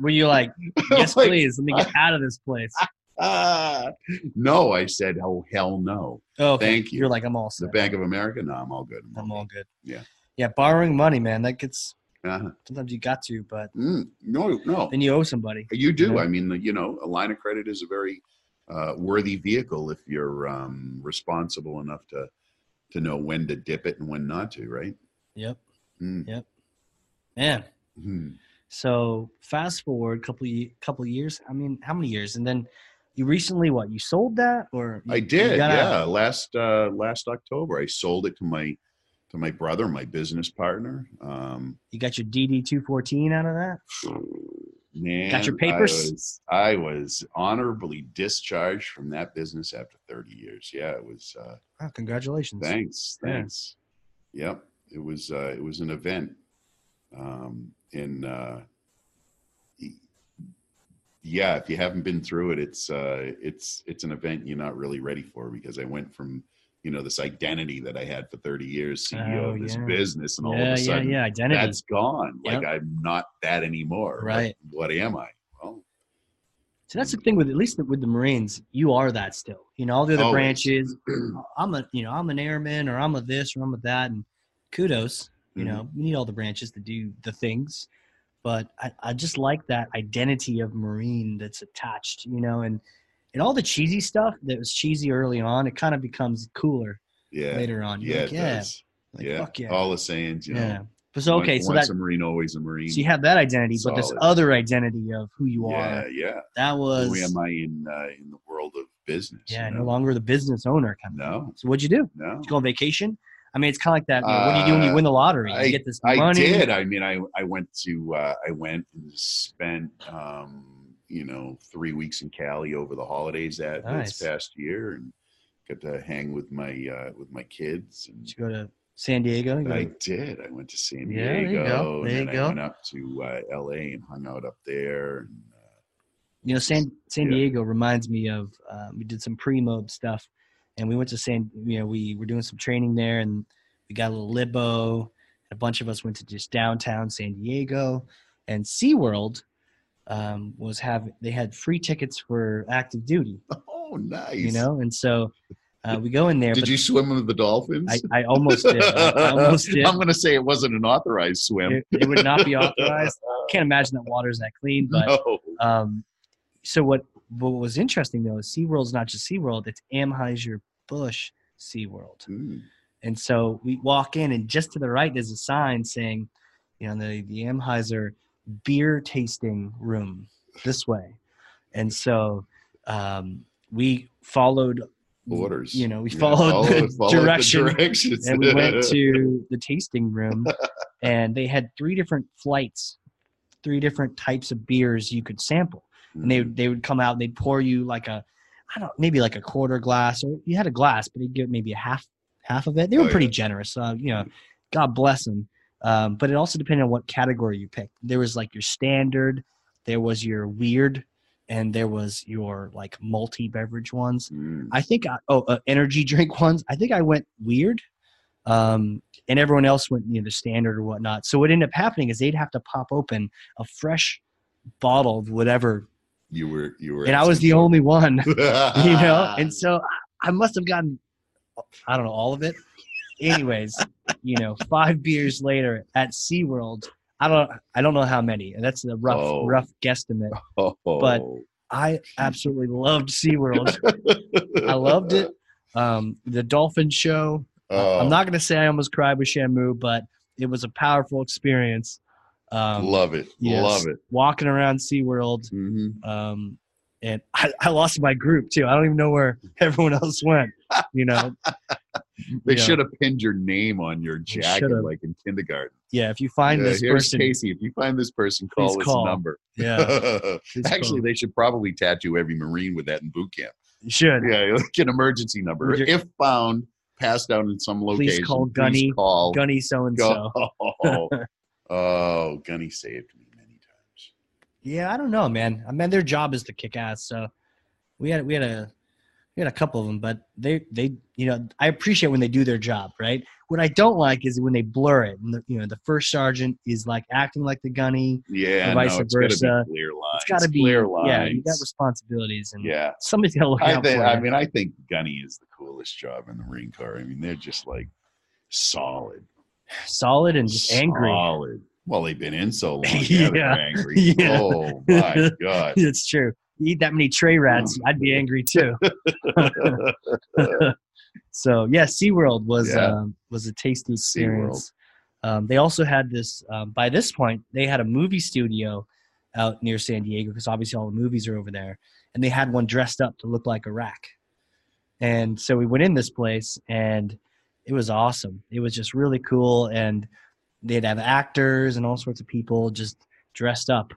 were you like, yes, like, please, let me get out of this place? ah. no i said oh hell no Oh, okay. thank you. You're like, I'm all the set. bank of america no i'm all good I'm all good. Yeah. yeah. Borrowing money, man, that gets uh-huh. sometimes you got to, but Mm, no no then you owe somebody. you do Yeah. i mean the, you know a line of credit is a very uh, worthy vehicle if you're um, responsible enough to to know when to dip it and when not to right Yep, Mm. man. Hmm. So fast forward couple ye- couple years. I mean, how many years? And then you recently what? You sold that or you- I you did, got out? yeah. Last uh, last October, I sold it to my to my brother, my business partner. Um, You got your DD two fourteen out of that? Man, Got your papers? I was, I was honorably discharged from that business after 30 years. Yeah, it was. Uh, Wow, Oh, congratulations. thanks, Yeah. thanks. Yep, it was. Uh, it was an event, um, and uh, y- yeah, if you haven't been through it, it's uh, it's it's an event you're not really ready for because I went from you know this identity that I had for 30 years, CEO Oh, of this yeah. business, and all yeah, of a yeah, sudden yeah. Identity. that's gone. Like Yep. I'm not that anymore. What- Right. What, am I? Well, so that's the thing with at least with the Marines, you are that still. You know, all the other Always. branches. I'm a you know I'm an airman or I'm a this or I'm a that, and kudos. hmm, You Mm-hmm. know, you need all the branches to do the things. But I, I just like that identity of Marine that's attached. You know, and and all the cheesy stuff that was cheesy early on, it kind of becomes cooler yeah, later on. You're yeah, like, it yeah, does. like, yeah. fuck yeah, All the sayings, you know. yeah. But so okay, once, so that once a marine, always a marine. so you have that identity, but this Solid. other identity of who you yeah, are. yeah. That was Who am I in uh, in the world of business? yeah, you no know? longer the business owner kind of. No, So what'd you do? no. Did you go on vacation? I mean, it's kind of like that. you know, what do you do when you Uh, win the lottery? You I- get this I money. did. I mean, I I went to uh, I went and spent um, you know three weeks in Cali over the holidays that Nice. this past year and got to hang with my uh, with my kids and Did you go to San Diego? You go I to- did. I went to San Diego. Yeah, there you go. and There you then go. I went up to uh, LA and hung out up there. And, uh, you know, San San Yeah. Diego reminds me of uh, we did some pre-mob stuff, and we went to San. You know, we were doing some training there, and we got a little libo. A bunch of us went to just downtown San Diego, and SeaWorld um, was have they had free tickets for active duty. oh, nice. you know and so uh, we go in there did but you swim with the dolphins? I, I almost did I, I almost did am going to say it wasn't an authorized swim. it, it would not be authorized can't imagine that water's that clean but no. um, so what what was interesting though is SeaWorld's not just SeaWorld it's Anheuser-Busch SeaWorld Hmm. and so we walk in and just to the right there's a sign saying you know the, the Anheuser beer tasting room this way and so um, we followed Orders. you know we Yeah, followed, follow- the, follow direction directions. and we went to the tasting room and they had three different flights three different types of beers you could sample and they Mm-hmm. would- they would come out and they'd pour you like a i don't maybe like a quarter glass or you had a glass but he'd give maybe a half half of it they were Oh, yeah. Mm-hmm. pretty generous uh, you know god bless them um, but it also depended on what category you picked there was like your standard there was your weird and there was your like multi beverage ones Hmm. I think I, oh uh, energy drink ones. I think I went weird, um, and everyone else went you know the standard or whatnot. So what ended up happening is they'd have to pop open a fresh bottle of whatever, You were you were, and I was the only one, you you Ah. know. And so I- I must have gotten, I don't know, all of it. Anyways, you know, five beers later at SeaWorld, I don't I don't know how many. That's a rough Oh. rough guesstimate. oh. but I absolutely loved SeaWorld. I loved it. Um, the dolphin show, Oh, I'm not gonna say I almost cried with Shamu, but it was a powerful experience. Um, love it. yes, Love it. Walking around SeaWorld, Mhm. um, and I, I lost my group too. I don't even know where everyone else went. You know, They Yeah. should have pinned your name on your jacket should've. like in kindergarten. Yeah, if you find Yeah, this here's person, Casey. If you find this person, call Please this call. number. yeah, please Actually, call. they should probably tattoo every Marine with that in boot camp. You should. Yeah, like an emergency number. Would you- if found, passed out in some Please location. call Gunny. call Gunny so and so. Go- oh, Gunny saved me many times. Yeah, I don't know, man. I mean, their job is to kick ass. So we had we had a we had a couple of them, but they they you know I appreciate when they do their job, right? What I don't like is when they blur it, and the, you know the first sergeant is like acting like the gunny. Yeah, Or vice no, it's got versa. to be clear lines. It's got to be Uh, clear yeah, you got lines. responsibilities, and Yeah. somebody's got to look I out think. for I you. mean, I think Gunny is the coolest job in the Marine Corps. I mean, they're just like solid, solid and just angry. Solid. Well, they've been in so long. Yeah, they're Yeah. angry. Yeah. Oh my god. it's true. You eat that many tray Mm. rats, I'd be angry too. So yeah, SeaWorld was Yeah. um, was a tasty experience. Um, they also had this. Um, by this point, they had a movie studio out near San Diego because obviously all the movies are over there, and they had one dressed up to look like a rack. And so we went in this place, and it was awesome. It was just really cool, and they'd have actors and all sorts of people just dressed up.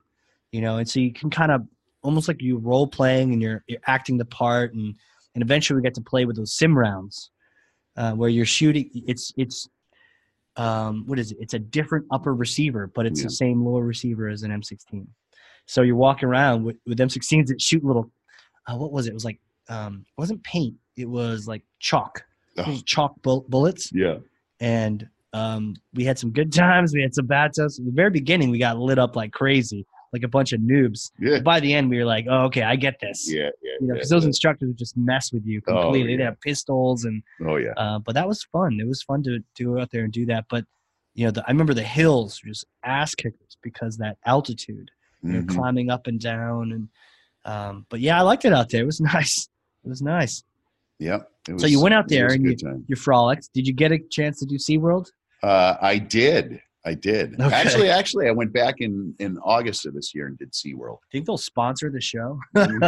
you know, and so you can kind of almost like you role playing and you're you're acting the part, and and eventually we get to play with those sim rounds, uh, where you're shooting. It's it's um, what is it? It's a different upper receiver, but it's Yeah. the same lower receiver as an M16. So you're walking around with, with M16s that shoot little. Uh, what was it? It was like um, it wasn't paint. It was like chalk. It Oh, was chalk bull bullets, yeah. and um, we had some good times. We had some bad times. At the very beginning, we got lit up like crazy, like a bunch of noobs. Yeah. But by the end, we were like, "Oh, okay, I get this." Yeah. Yeah. You know, yeah, because those instructors would just mess with you Oh, completely. They yeah. have pistols and yeah. Oh, yeah. uh, but that was fun. It was fun to, to go out there and do that. But you know, the, I remember the hills were just ass kickers because that altitude, you know, Mhm. climbing up and down, and um, but yeah, I liked it out there. It was nice. It was nice. Yep. it So you went out it there was a and good time. You frolicked. Did you get a chance to do SeaWorld? Uh, I did. I did. Okay. Actually, actually, I went back in in August of this year and did SeaWorld. Think they'll sponsor the show? Mhm.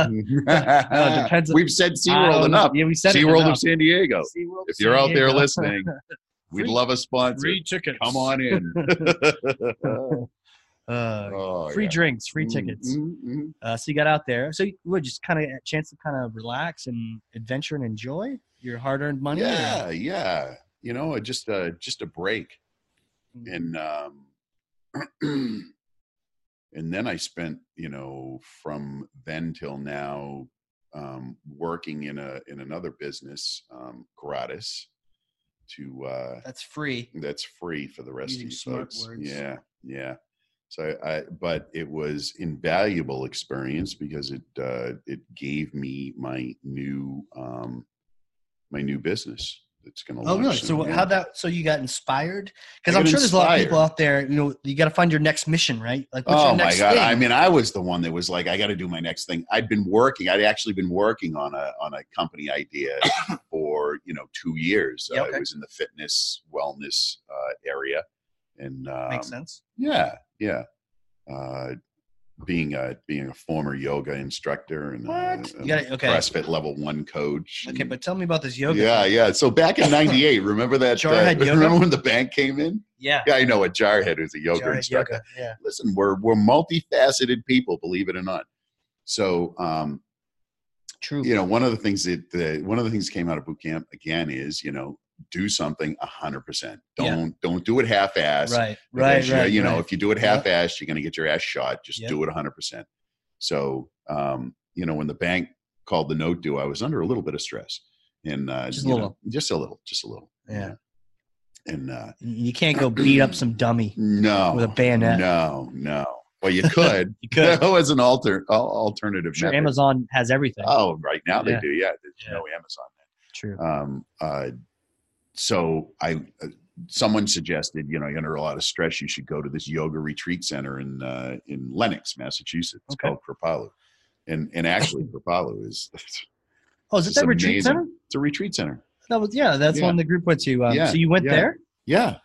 Oh, depends on- We've said I SeaWorld don't- enough. Yeah, we said it SeaWorld enough. of San Diego. SeaWorld If you're out there San Diego. listening, we'd Free- love a sponsor. free tickets. Come on in. Uh, Oh, free yeah. drinks, free Mm, tickets. mm, mm. Uh, so you got out there. So you what, just kind of a chance to kind of relax and adventure and enjoy your hard-earned money. or- Yeah, yeah. You know, uh, just uh, just a break. Mm-hmm. and um, and then I spent you know from then till now um, working in a in another business um, gratis to uh, That's free. that's free for the rest Using of you smart folks. words. Yeah, yeah. So I, I but it was invaluable experience because it uh, it gave me my new um, my new business that's going to Oh, launch. really? soon, So yeah. how that? So you got inspired? Because I I'm got sure there's a lot of people inspired. out there. You know, you got to find your next mission, right? Like, what's oh your next my god! thing? I mean, I was the one that was like, I got to do my next thing. I'd been working. I'd actually been working on a on a company idea for you know two years. Yeah, Uh, okay. it was in the fitness wellness uh, area, and um, makes sense. yeah, yeah. Uh, being a being a former yoga instructor and a- What? a You got it. Okay. CrossFit level one coach. Okay, and- but tell me about this yoga. yeah, yeah. So back in '98, remember that? uh, Jarhead yoga? remember when the bank came in? yeah. Yeah, I know a jarhead who's a yoga Jarhead instructor yoga, Yeah. listen, we're we're multifaceted people, believe it or not. So um, True. you know, one of the things that the, one of the things that came out of boot camp again is you know do something hundred percent. Yeah. Don't don't do it half assed. Right. Right. you, Right. you know, right. if you do it Yeah. half assed, you're going to get your ass shot. Just Yeah. do it hundred percent. So um, you know, when the bank called the note due, I was under a little bit of stress and uh, Just a you know, little. just a little, just a little. Yeah. And uh, you can't go beat up some dummy. no, With a bayonet. No, no. Well, you could. You could. No, as an alter al- alternative Sure, method. Amazon has everything. Oh, right now they Yeah. do. Yeah, there's Yeah. no Amazon. True. Um, uh, so I, uh, someone suggested, you know, you're under a lot of stress. You should go to this yoga retreat center in uh, in Lenox, Massachusetts. It's Okay. called Kripalu, and and actually Kripalu is Oh, is it it's that retreat amazing. center? it's a retreat center. That was yeah. That's Yeah. one the group went to. Um, Yeah, So you went yeah. there Yeah.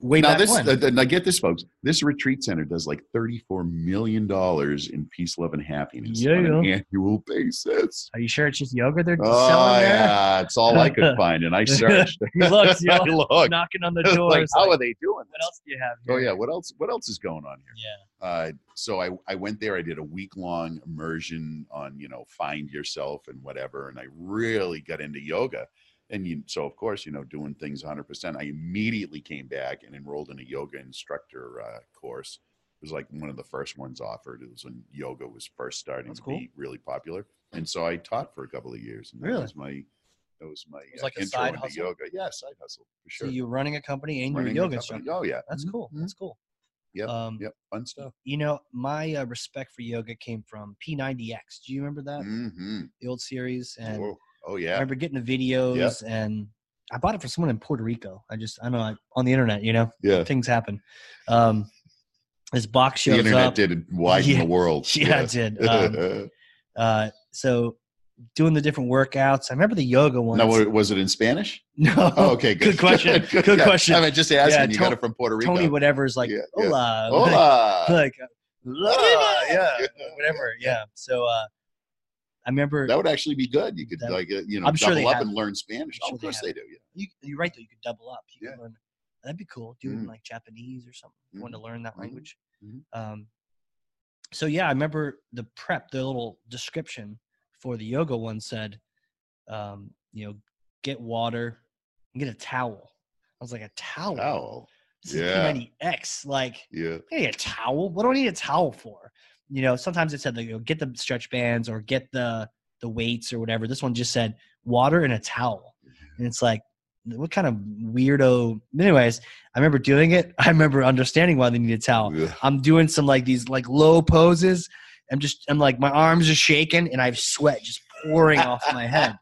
way now back this when. uh, uh, now get this, folks. This retreat center does like 34 million dollars in peace, love, and happiness on an annual basis. Are you sure it's just yoga they're Oh selling there? yeah, it's all I could find, and I searched. You looked, you I looked, looked. knocking on the Like, door. it's how like, are they doing what this? else do you have here? Oh yeah, what else? What else is going on here? Yeah. Uh, so I I went there. I did a week long immersion on you know find yourself and whatever, and I really got into yoga. And you, so of course you know doing things 100. percent I immediately came back and enrolled in a yoga instructor uh, course. It was like one of the first ones offered. It was when yoga was first starting That's to be really popular, and so I taught for a couple of years. And that Really? was my that was my was uh, like a intro side into hustle? yoga. Yeah, side hustle for sure. So you're running a company and you're a Running a yoga company. instructor. Oh yeah, That's Mhm, cool. mhm. That's cool. Yep, Um, Yep, fun stuff. You know, my uh, respect for yoga came from P90X. Do you remember that? hmm The old series. uh, And Whoa. Oh I yeah. remember getting the videos and I bought it for someone in Puerto Rico. I just, I don't know, I, on the internet, you know, Yeah. things happen. Um, this box The shows internet up. did widen Yeah. the world. Yeah, I did. Um, uh, so doing the different workouts. I remember the yoga one. now, what- was it in Spanish? no, Oh, okay. Good, Good question. Good question. I mean, just asking. Yeah, you Ton- got it from Puerto Rico. Tony, whatever's like, Yeah, yeah. hola, like- Hola. Ah, like, Hola. yeah, whatever, yeah. So uh, I remember That would actually be good. You could That- like uh, you know I'm sure double they up have- and learn Spanish. I'm sure of they course have. they do. Yeah. you, you're right though. You could double up. You could Yeah. learn. That'd be cool. Do it in Mm. Mm-hmm. like Japanese or something. If you want to learn that Mhm. language. Mhm. Um, so yeah, I remember the prep, the little description for the yoga one said, um, you know, get water and get a towel. I was like, a towel? Towel. This is yeah. 90X. Like, Mm-hmm. Yeah. I need a towel. What do I need a towel for? You know, sometimes it said, like, you know, get the stretch bands or get the the weights or whatever. This one just said water and a towel, and it's like, what kind of weirdo? Anyways, I remember doing it. I remember understanding why they need a towel. Yeah. I'm doing some like these like low poses. I'm just I'm like my arms are shaking and I have sweat just pouring off my head.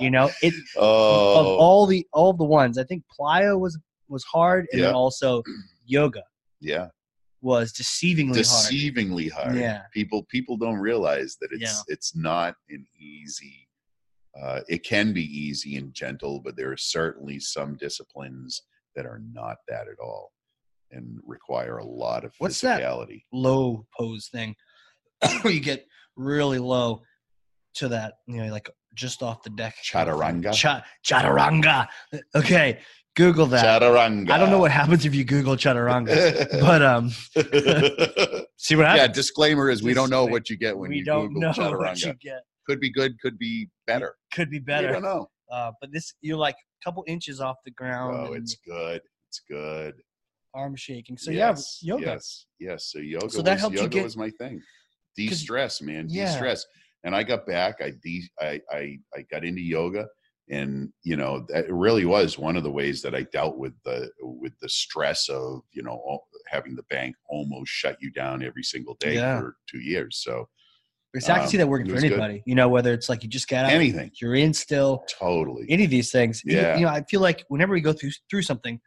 You know, it of Oh. all the all the ones. I think plyo was was hard, and Yeah. then also yoga yeah. was deceivingly Deceivingly hard. hard. Yeah, People people don't realize that it's it's not an easy. Uh, it can be easy and gentle, but there are certainly some disciplines that are not that at all, and require a lot of What's that? physicality. low pose thing where you get really low to that, you know, like just off the deck. Chaturanga? Cha- chaturanga. Okay, Google that. Chaturanga. I don't know what happens if you Google chaturanga, but um, see what happens. yeah, disclaimer is we don't know what you get when we you don't Google know what chaturanga. you get. could be good, could be better. Could be We don't better. know. Uh, but this, you're like a couple inches off the ground. Oh, and it's good. It's good. arm shaking. So yes, yeah, yoga. Yes, yes. So yoga. So that was, helped you yoga get- was my thing. De-stress, man. Yeah. De-stress. And I got back. I de. I I, I got into yoga, and you know that it really was one of the ways that I dealt with the with the stress of you know al- having the bank almost shut you down every single day Yeah. for two years. So Because I can see Um, that it working for was good. anybody. You know, whether it's like you just got out, anything, you're in still, totally. any of these things. You- Yeah. You, know, I feel like whenever we go through through something,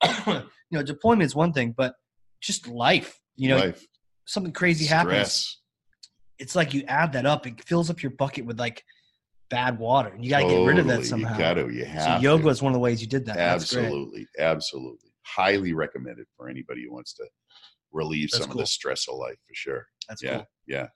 you know, deployment is one thing, but just life. You know, Life, something crazy happens. stress. It's like you add that up, it fills up your bucket with like bad water, and you got to get rid of that Totally. somehow. You got to. You have so yoga to. is one of the ways you did that. That's great. absolutely absolutely highly recommended for anybody who wants to relieve That's some cool. of the stress of life for sure That's yeah cool. yeah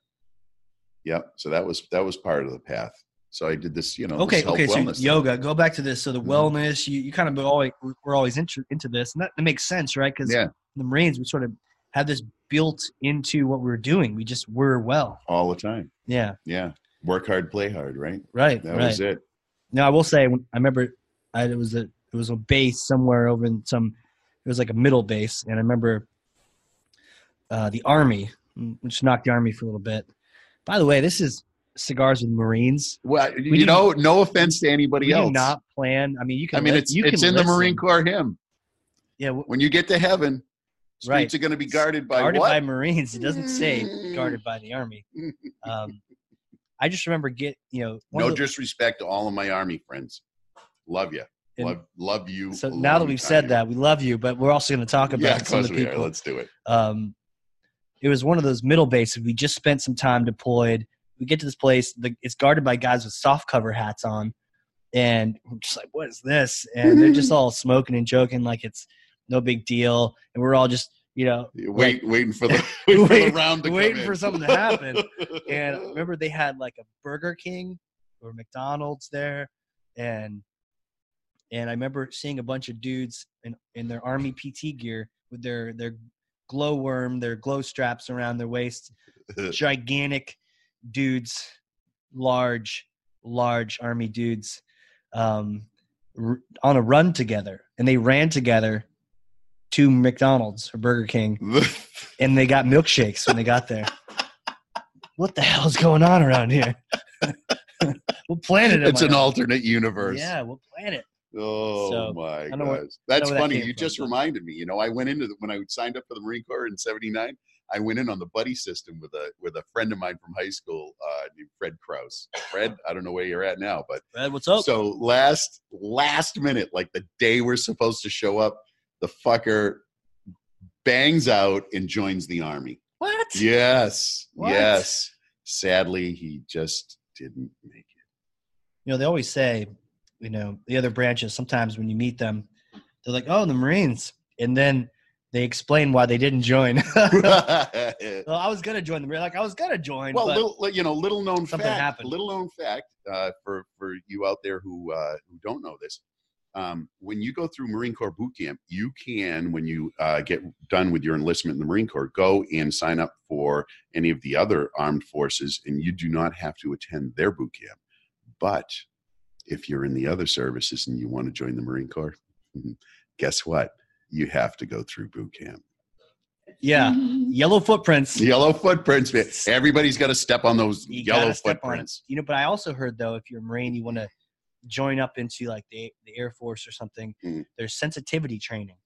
yep so that was that was part of the path so i did this you know Okay, this health okay. So wellness thing. yoga. Go back to this. So the Mhm. wellness, you, you kind of always we're always into into this, and that, that makes sense, right? Because Yeah. the Marines, we sort of had this built into what we were doing. We just were well. all the time Yeah. yeah work hard play hard right Right. that right. was it No, I will say when- I remember I, it was a it was a base somewhere over in some it was like a middle base, and I remember uh, the army, which knocked the army for a little bit. By the way, this is cigars with Marines. well you didn't- know no offense to anybody We else do not plan. I mean, you can. i mean li- it's you it's can in the listen. marine corps hymn Yeah, w- when you get to heaven streets Right. are going to be guarded by guarded what by Marines. It doesn't say Mm. guarded by the army. Um, I just remember get you know one no of the- disrespect to all of my army friends love you and love love you so now that long we've time. said that we love you, but we're also going to talk about yeah, of some of course the we are. people. Let's do it. Um, it was one of those middle bases. We just spent some time deployed. We get to this place. The, it's guarded by guys with soft cover hats on, and I'm just like, what is this? And they're just all smoking and joking like it's no big deal, and we're all just you know Wait, waiting for the waiting for the Wait- round to come waiting in. for something to happen. and I remember they had like a Burger King or McDonald's there, and and I remember seeing a bunch of dudes in in their army PT gear with their their glow worm, their glow straps around their waist, gigantic dudes, large large army dudes, um, r- on a run together, and they ran together to McDonald's or Burger King, and they got milkshakes when they got there. what the hell's going on around here? what planet? am it's I an on? alternate universe. Yeah, what planet? Oh So, my don't know where- gosh, that's know where that funny. came you from, just but- reminded me. You know, I went into the, when I signed up for the Marine Corps in '79. I went in on the buddy system with a with a friend of mine from high school uh, named Fred Krause. Fred, I don't know where you're at now, but Brad, what's up? So last last minute, like the day we're supposed to show up, the fucker bangs out and joins the army. what? Yes. What? Yes. Sadly, he just didn't make it. You know, they always say, you know, the other branches. Sometimes when you meet them, they're like, "Oh, the Marines," and then they explain why they didn't join. well, I was gonna join the Marines. Like I was gonna join. well, but- little, you know, little known Something fact. happened. Little known fact uh, for for you out there who uh, who don't know this. um, when you go through Marine Corps boot camp, you can, when you uh, get done with your enlistment in the Marine Corps, go and sign up for any of the other armed forces, and you do not have to attend their boot camp. But if you're in the other services and you want to join the Marine Corps, guess what? You have to go through boot camp. Yeah. Mm-hmm. Yellow footprints. Yellow footprints, man. Everybody's got to step on those You yellow gotta step on it. footprints. You know, but I also heard though, if you're a Marine, you want to join up into like the, the Air Force or something. Mhm. There's sensitivity training.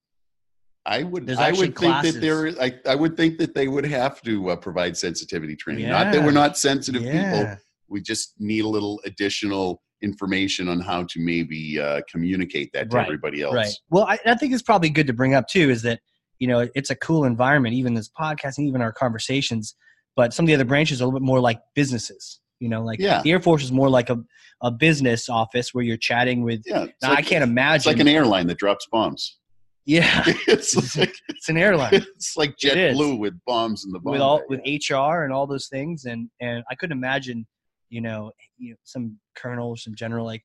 I would, There's I actually would think that there, is- I, I would think that they would have to uh, provide sensitivity training. Not that Yeah. we're not sensitive people. We just need a little additional information on how to maybe uh, communicate that to Right, everybody else. Right. Well, I, I think it's probably good to bring up too is that you know it's a cool environment, even this podcast and even our conversations. But some of the other branches are a little bit more like businesses. You know, like Yeah. the Air Force is more like a, a business office where you're chatting with. Yeah. it's Now, like- I can't It's imagine. like an airline that drops bombs. yeah, it's like it's an airline it's like is. JetBlue with bombs in the bomb. with all bay. with HR and all those things, and and I couldn't imagine, you know, you know, some colonel or some general like,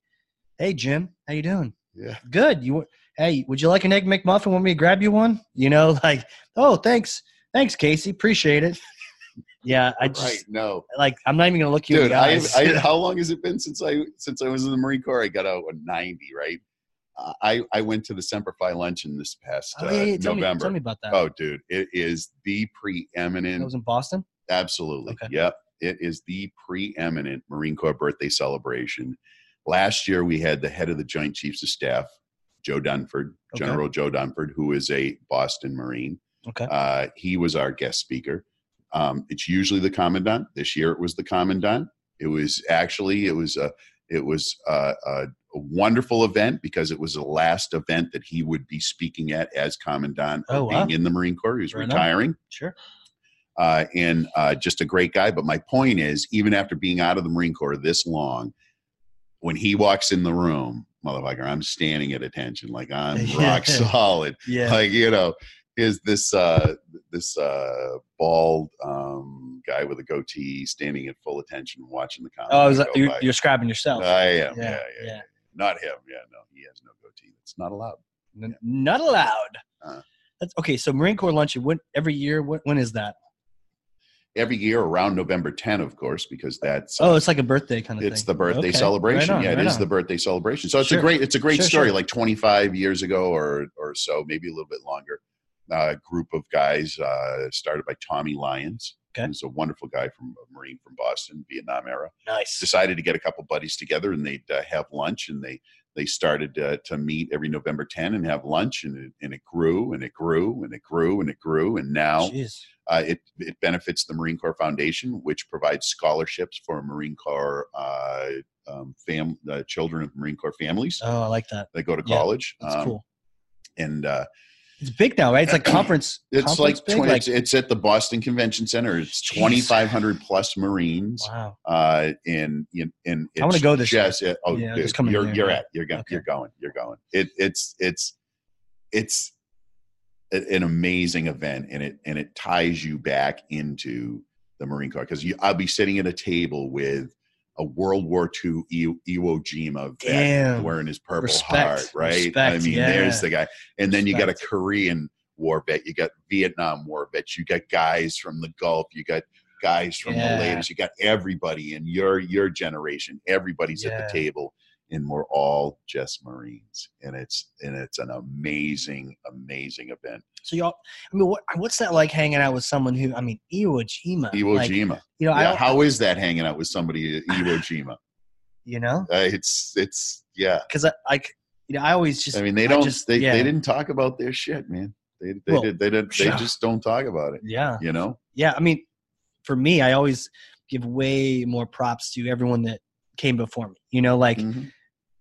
hey Jim, how you doing? yeah. good. You wa- hey, would you like an egg McMuffin? Want me to grab you one? You know, like oh, thanks, thanks, Casey, appreciate it. Yeah, I just right. No. like I'm not even gonna look you in Dude, the I, eyes. I uh, how long has it been since I since I was in the Marine Corps? I got out in '90, right? Uh, I I went to the Semper Fi luncheon this past Oh, uh, yeah, yeah, tell me- November. tell me about that. oh, dude, it is the preeminent. that was in Boston. Absolutely. Okay. Yep. It is the preeminent Marine Corps birthday celebration. Last year, we had the head of the Joint Chiefs of Staff, Joe Dunford, Okay. General Joe Dunford, who is a Boston Marine. Okay, Uh, he was our guest speaker. Um, it's usually the commandant. This year, it was the commandant. It was actually it was a it was a, a, a wonderful event because it was the last event that he would be speaking at as commandant of Oh, wow. being in the Marine Corps. He was Fair enough. retiring sure. uh, and uh, just a great guy. But my point is, even after being out of the Marine Corps this long, when he walks in the room, motherfucker, I'm standing at attention, like I'm rock Yeah. solid. Yeah, Like you know, is this uh, this uh, bald um, guy with a goatee standing at full attention, watching the comedy? oh, it was like, go you're, by? you're scribing yourself. I am. Yeah, yeah, yeah, yeah, Not him. Yeah, no, he has no goatee. It's not allowed. N- not allowed. Uh. That's okay. So Marine Corps luncheon. When every year? When, when is that? Every year around November 10, of course, because that's uh, Oh, it's like a birthday kind of thing. it's the birthday Okay, celebration. right on, yeah, it is right the on. birthday celebration. So it's a Sure. great it's a great Sure, story. sure. Like 25 years ago or or so, maybe a little bit longer. uh, group of guys uh, started by Tommy Lyons, Okay. who's a wonderful guy from a Marine from Boston, Vietnam era. nice. Decided to get a couple buddies together and they'd uh, have lunch and they they started uh, to meet every November 10 and have lunch and it, and it grew and it grew and it grew and it grew and now Jeez. uh, it, it benefits the Marine Corps Foundation, which provides scholarships for Marine Corps uh, um, fam- uh, children of Marine Corps families Oh, I like that. that go to yeah, college. That's Um, cool. And uh, It's big now, right? It's like conference. it's conference like, big, 20, it's, it's at the Boston Convention Center. It's Jeez. 2,500 plus Marines. wow. Uh, and and and I wanna it's go this year. just- it- oh, Yeah, dude, it's coming you're here. you're at you're going Okay. you're going you're going. It it's it's it's a- an amazing event, and it and it ties you back into the Marine Corps because I'll be sitting at a table with a World War II Iwo Iwo Jima vet Damn. wearing his purple Respect. heart, right? I Respect, mean, there's yeah. the guy, and then you got a Korean war vet, you got Vietnam war vets, you got guys from the Gulf, you got guys from Yeah. the latest. You got everybody in your your generation. Everybody's at Yeah. the table, and we're all just Marines. And it's and it's an amazing, amazing event. So y'all, I mean, what, what's that like hanging out with someone who? I mean, Iwo Jima. Iwo Uh, Like, Jima. you know, I yeah, don't- how is that hanging out with somebody at Iwo Jima? you know, Uh, it's it's yeah. because I like, you know, I always just I mean, they don't just- they, yeah. they didn't talk about their shit, man. They they Well, did they did they yeah. just don't talk about it. yeah, You know, yeah. I mean, for me, I always give way more props to everyone that came before me. You know, like Mhm.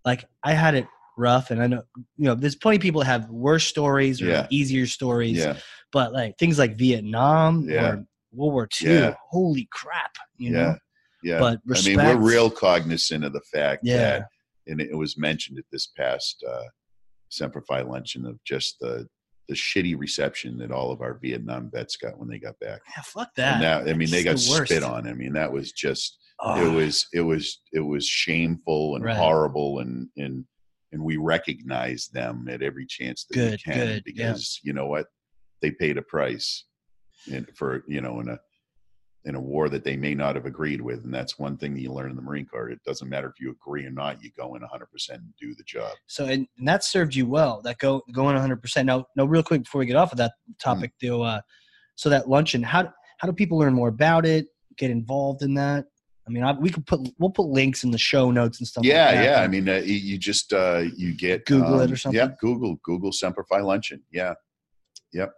like I had it rough, and I know you know, there's plenty of people that have worse stories or Yeah. easier stories, yeah, but like things like Vietnam Yeah. or World War II. Yeah. Holy crap! You yeah, know, yeah. but I respect. mean, we're real cognizant of the fact that Yeah. and it was mentioned at this past uh, Semper Fi luncheon of just the the shitty reception that all of our Vietnam vets got when they got back. Yeah, fuck And that. that, I mean, they got It's the worst. spit on. I mean, that was just Oh. it was it was it was shameful and Right. horrible and and and we recognize them at every chance that we Good, can good, yeah. because you know what they paid a price and for you know in a in a war that they may not have agreed with and that's one thing that you learn in the marine corps it doesn't matter if you agree or not you go in 100% and do the job So and, and that served you well. That go going 100. percent Now, no, real quick before we get off of that Hmm. topic, though. Uh, so that luncheon, how how do people learn more about it? Get involved in that? I mean, I, we could put we'll put links in the show notes and stuff. like yeah that. yeah i mean uh, you- you just uh you get Google it um, or something? yep google google semperfi luncheon yeah yep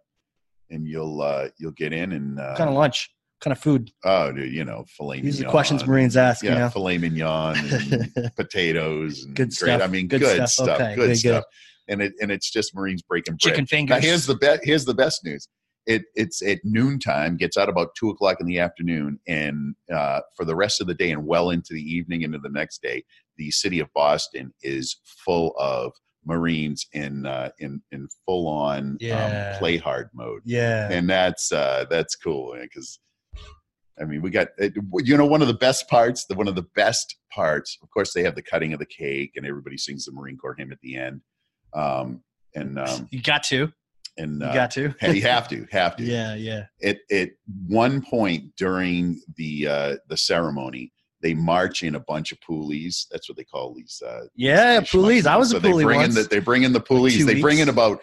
and you'll uh you'll get in and uh What kind of lunch, What kind of food. oh dude, you know filet These are the mignon, questions Marines ask. uh, yeah you know? filet mignon and potatoes and Good great- stuff. i mean Good good, stuff. stuff, Okay, good, good, good. stuff and it and it's just marines breaking bread chicken Now fingers. here's the best. Here's the best news. It it's at noontime. Gets out about two o'clock in the afternoon, and uh, for the rest of the day and well into the evening, into the next day, the city of Boston is full of Marines in uh, in in full on Yeah. um, play hard mode, yeah. and that's uh, that's cool because. I mean, we got it- you know one of the best parts. The one of the best parts, of course, they have the cutting of the cake, and everybody sings the Marine Corps hymn at the end. Um, and um, you got to. and You uh, got to. you have to, have to. yeah, yeah. At at one point during the uh, the ceremony, they march in a bunch of poolies. That's what they call these. Uh, Yeah, these schmucks. police. I was So a police They bring once. in the, they bring in the poolies. two they bring in weeks. about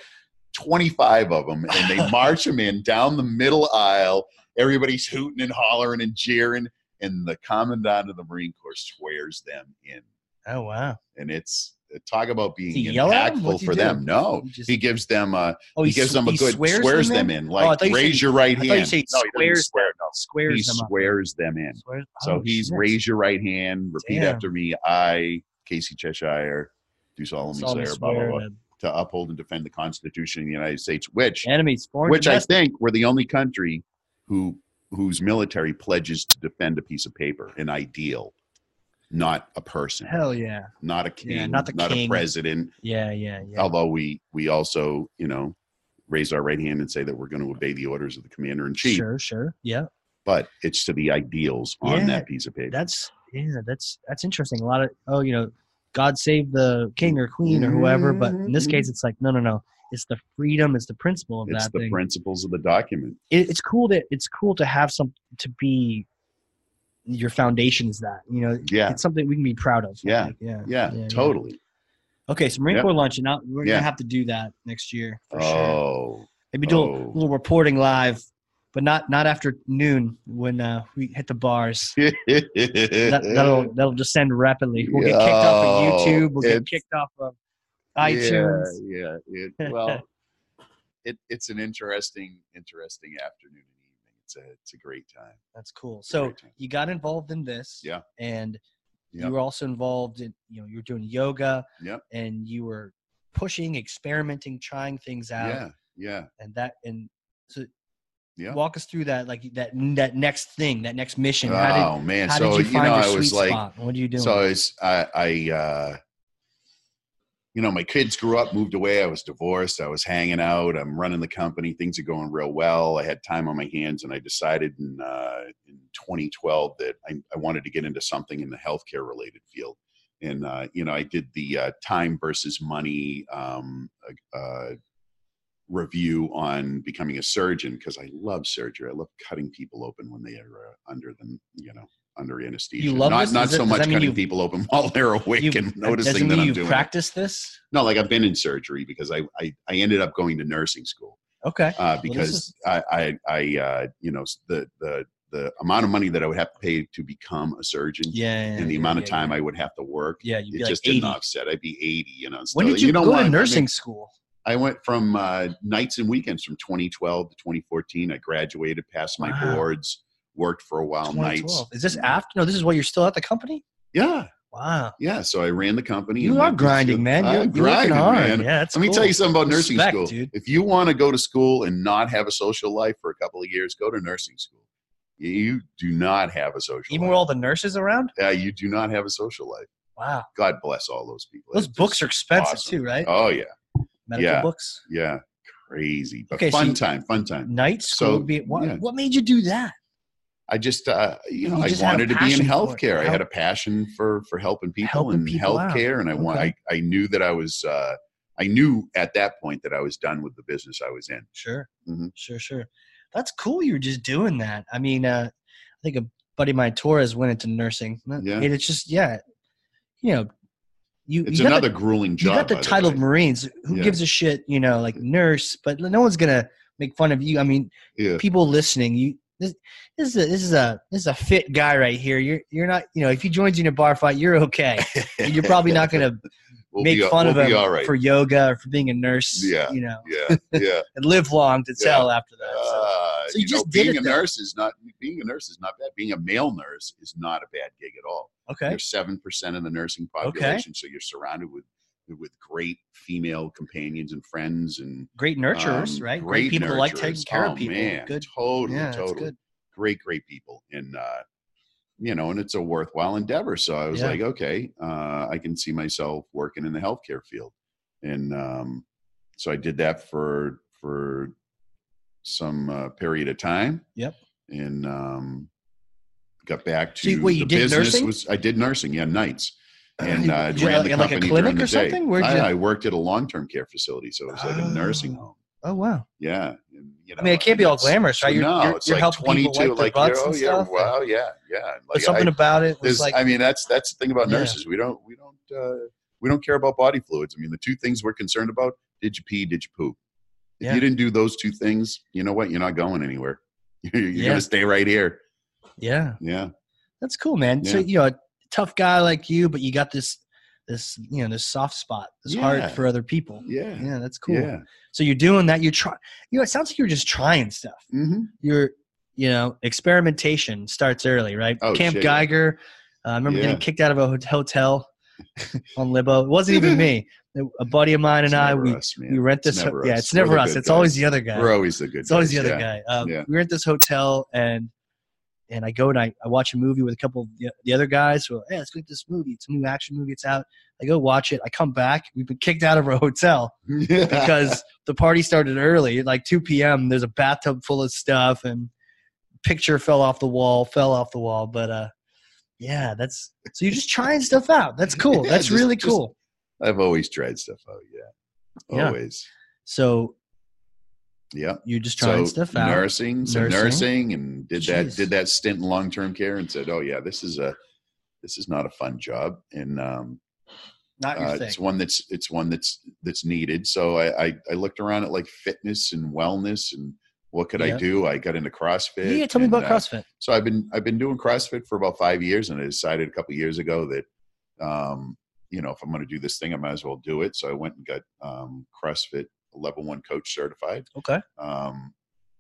twenty five of them, and they march them in down the middle aisle. Everybody's hooting and hollering and jeering, and the commandant of the Marine Corps swears them in, oh wow. and it's uh, talk about being Does he yell at 'em? What's impactful he for do? them. No, He just- he gives them a Oh, he, gives sw- them a he good swears, them in, like thought you said raise he- your right Oh, I thought hand. you said he no, he doesn't swears- swear, no. Swears He them up. swears them in. Swears- So oh, he's shit. raise your right hand, repeat Damn. after me. I, Casey Cheshire, do solemnly Saw me swear, blah, blah, swear blah, to to uphold and defend the Constitution of the United States, which Enemies, foreign which I domestic. think we're the only country who whose military pledges to defend a piece of paper, an ideal, not a person, Hell yeah, not a king, Yeah, not the a king. president, yeah, yeah, yeah. although we we also you know raise our right hand and say that we're going to obey the orders of the commander in chief Sure, sure, yeah. but it's to the ideals on Yeah, that piece of paper That's yeah, that's that's interesting. A lot of oh, you know, God save the king or queen or whoever, but in this case, it's like no, no, no. It's the freedom. It's the principle of Mm-hmm. it's that the thing. principles of the document it, it's cool that it's cool to have some to be your foundation is that you know yeah it's something we can be proud of Yeah. Like, yeah yeah, totally okay so marine Yeah. corps luncheon now we're Yeah. gonna have to do that next year for sure oh maybe do a oh. little reporting live but not not after noon when uh, we hit the bars that, Oh. that'll that'll descend rapidly we'll get kicked off of Yo, youtube we'll get it's- kicked off of itunes yeah, yeah it, well it, it's an interesting interesting afternoon and evening it's a it's a great time that's cool so Great time. you got involved in this Yeah. and Yeah. you were also involved in you know you were doing yoga Yep. and you were pushing experimenting trying things out yeah yeah and that and so Yeah. walk us through that like that that next thing that next mission how oh man did, how so did you find know your i sweet was like spot what are you doing So it's I, I uh, you know, my kids grew up, moved away. I was divorced. I was hanging out. I'm running the company. Things are going real well. I had time on my hands, and I decided in uh, in 2012 that I, I wanted to get into something in the healthcare related field. And uh, you know, I did the uh, time versus money um, uh, review on becoming a surgeon because I love surgery. I love cutting people open when they are uh, under them, you know, under anesthesia. love not this? not Does it- so does much that mean cutting you- people open while they're awake you, and doesn't noticing mean that I'm you doing. it. practice this No, like I've been in surgery because I I, I ended up going to nursing school okay uh, this because is- I I, I uh, you know s- the the the amount of money that I would have to pay to become a surgeon yeah and the yeah, amount yeah, of time I would have to work. yeah, yeah you'd It be like just 80 didn't offset. I'd be 80, you know. when so did you, know go what? I to mean, nursing school I went from uh, nights and weekends from 2012 to 2014. I graduated, passed my Wow. boards, worked for a while, Oh, nights. 2012. is this after no this is while you're still at the company Yeah, wow yeah. So I ran the company. you and are went through- grinding man I'm you're, you're working grinding, hard man. yeah that's Let me cool. tell you something about nursing Respect, school. dude. If you want to go to school and not have a social life for a couple of years, go to nursing school. You do not have a social even with life. all the nurses around Yeah, you do not have a social life. wow God bless all those people. Those It's books just- are expensive awesome. too, right? Oh, yeah. Medical yeah. books. Yeah. Crazy. But Okay, so fun you- time. Fun time. Night school So, would be what, yeah. what made you do that? I just, uh, you know, You I just had a wanted to be in passion for it. healthcare. I had Help- a passion for for helping people Helping and people out. healthcare, and I want. I, Okay. I knew that I was. Uh, I knew at that point that I was done with the business I was in. Sure. Mhm. Sure, sure. That's cool you were just doing that. I mean, uh, I think a buddy of mine, Torres, went into nursing. Yeah. And it's just, yeah, you know, you, It's you got the- another grueling you job. got the by title way. of Marines. Who Yeah. gives a shit, you know, like nurse, but no one's going to make fun of you. I mean, yeah. people listening, you. This, this is a this is a this is a fit guy right here. You're you're not you know if he joins you in a bar fight you're okay. You're probably not going to We'll make be, fun we'll of be him all right. for yoga or for being a nurse. Yeah. you know, yeah, yeah. and live long to Yeah. tell after that. so. Uh, So you just did being it a though. nurse is not being a nurse is not bad. Being a male nurse is not a bad gig at all. Okay. You're seven percent of the nursing population, so you're surrounded with with great female companions and friends and Great nurturers, um, right? Great, people that like taking nurturers. care Oh, of people. Man, Good. totally, Yeah, totally, it's good. great, great people, and uh, you know, and it's a worthwhile endeavor. So I was Yeah. like, okay, uh, I can see myself working in the healthcare field, and um, so I did that for for some uh, period of time. Yep. and um, got back So to you- wait, you the did business. nursing? Was I did nursing? Yeah, nights and uh, Did you ran like- the in, like a company clinic during the or day. something? Where'd I, you- I worked at a long-term care facility, so it was like a nursing Oh. home. Oh wow. Yeah, and, you know, I mean, it can't be all it's- glamorous, right? You're, Uh, no, you're, it's you're like helping people wipe 22, their like butts you're- oh and yeah, stuff. wow, yeah, yeah. Like, but something I, about it was there's- like, I mean, that's that's the thing about Yeah. nurses. We don't we don't uh, we don't care about body fluids. I mean, the two things we're concerned about: did you pee? Did you poop? If Yeah. you didn't do those two things, you know what? You're not going anywhere. You're, you're Yeah. gonna stay right here. yeah, Yeah, that's cool, man. So Yeah. you know, a tough guy like you, but you got this, this you know, this soft spot, this Yeah. heart for other people. yeah, Yeah, that's cool. yeah. So you're doing that. You're trying. You know, it sounds like you're just trying stuff. hmm You're, you know, experimentation starts early, right? Oh, Camp shit, yeah. Geiger. Uh, I remember Yeah. getting kicked out of a hot- hotel on Libo. It wasn't even me. A buddy of mine and I, we, we rent this. ho- yeah, it's never us. It's always the other guy. We're always the good. It's always guys, the other yeah. guy. Um, Yeah. We were at this hotel and and I go and I, I watch a movie with a couple of the, the other guys. So, hey, let's look at this movie. It's a new action movie. It's out. I go watch it. I come back. We've been kicked out of our hotel Yeah. because the party started early, at like 2 p.m. There's a bathtub full of stuff and picture fell off the wall, fell off the wall. But uh, yeah, that's so you're just trying stuff out. That's cool. Yeah, that's just- really just- cool. I've always tried stuff out. Yeah, Yeah. always. so Yeah. you're just trying stuff out. Nursing, so Nursing. nursing, and did Jeez. that did that stint in long term care and said, oh yeah, this is a this is not a fun job, and um, Not your uh, thing. it's one that's it's one that's that's needed. So I I, I looked around at like fitness and wellness and what could Yeah. I do? I got into CrossFit. Yeah, tell me and, about uh, CrossFit. so I've been I've been doing CrossFit for about five years, and I decided a couple years ago that um, you know if I'm going to do this thing, I might as well do it. So I went and got um, CrossFit level one coach certified, Okay. um,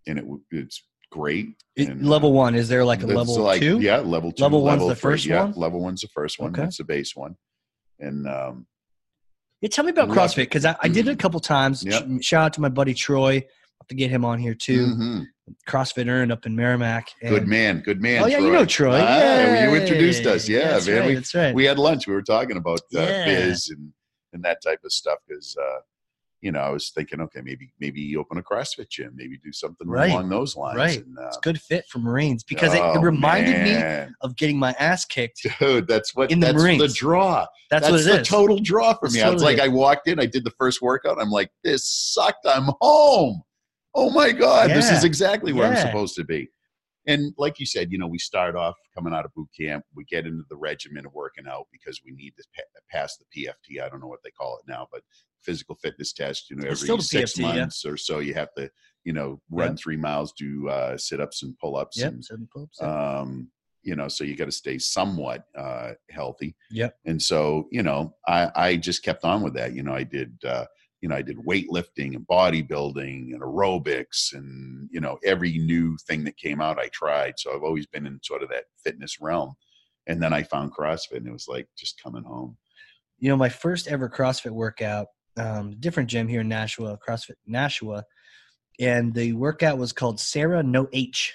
and it w- it's great. It- And, level uh, one is there like a that's level like- two? yeah, level two, Level one's the three, first yeah, one? level one's the first one. Okay. That's the base one, and um, Yeah, tell me about Love CrossFit because I, I did it a couple times. Yep. Sh- Shout out to my buddy Troy. Have to get him on here too. mhm. CrossFit earned up in Merrimack. and- good man, good man. Oh yeah, you know Troy. Ah, yeah, you introduced us. Yeah, that's man, Right, we- that's right. we uh, had lunch. We were talking about uh, Yeah. biz and and that type of stuff because uh, you know I was thinking, okay, maybe maybe you open a CrossFit gym, maybe do something Right. along those lines. Right. And, uh, it's a good fit for Marines because it, Oh, it reminded me of getting my ass kicked. me, dude. That's what In the that's the Marines. draw. That's, what it is. the total draw for That's me. I was totally like, it. I walked in, I did the first workout. I'm like, this sucked. I'm home. Oh my god, this Yeah. is exactly where I'm Yeah. supposed to be. And like you said, you know, we start off coming out of boot camp. We get into the regimen of working out because we need to pa- pass the PFT. I don't know what they call it now, but physical fitness test. You know, It's every still the six PFT, yeah. months or so, you have to, you know, run three miles, do uh, sit ups and pull ups, Yep. and seven pull-ups, yeah. um, you know, so you got to stay somewhat uh, healthy. Yep. And so, you know, I, I just kept on with that. You know, I did, uh, you know, I did weightlifting and bodybuilding and aerobics and, you know, every new thing that came out, I tried. So I've always been in sort of that fitness realm. And then I found CrossFit and it was like just coming home. you know, my first ever CrossFit workout, um, different gym here in Nashua, CrossFit Nashua, and the workout was called Sarah No H,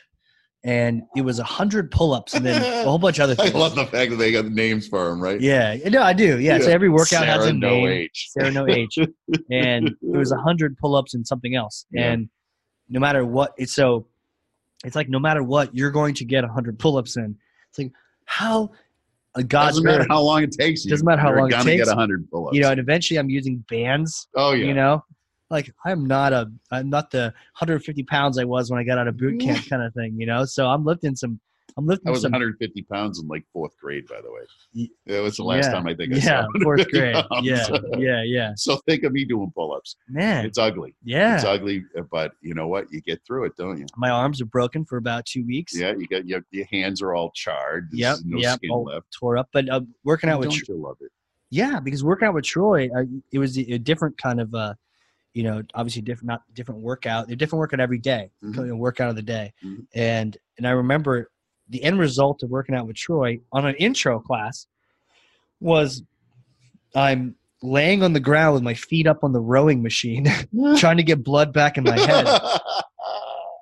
and it was a hundred pull-ups and then a whole bunch of other I things. love the fact that they got the names for them, right? Yeah, no, I do. Yeah, so Yeah. every workout has Sarah a No name. H. Sarah No H, and it was a hundred pull-ups and something else, Yeah. and no matter what, it's so It's like no matter what, you're going to get 100 pull-ups in. It's like how a God's doesn't matter miracle- how long it takes you. Doesn't matter how you're long it gonna takes. Get hundred pull-ups. you know, and eventually I'm using bands oh yeah. you know like i'm not a i'm not the 150 pounds i was when i got out of boot camp kind of thing you know so i'm lifting some i'm I lifting was some 150 pounds in like fourth grade, by the way. Y- It was the last yeah, time I think I yeah saw. fourth grade pounds. yeah yeah yeah So think of me doing pull-ups. man It's ugly. It's yeah ugly, uh, but you know what? You get through it, don't you? my arms are broken for about two weeks Yeah, you got your, your hands are all charred. There's yep no yep Oh, skin all left. tore up but uh, working out with Don't Tr- you love it? yeah because working out with troy uh, it was a different kind of uh you know obviously different not different workout a different workout every day, Mhm. kind of workout of the day Mhm. and and i remember the end result of working out with troy on an intro class was i'm laying on the ground with my feet up on the rowing machine trying to get blood back in my head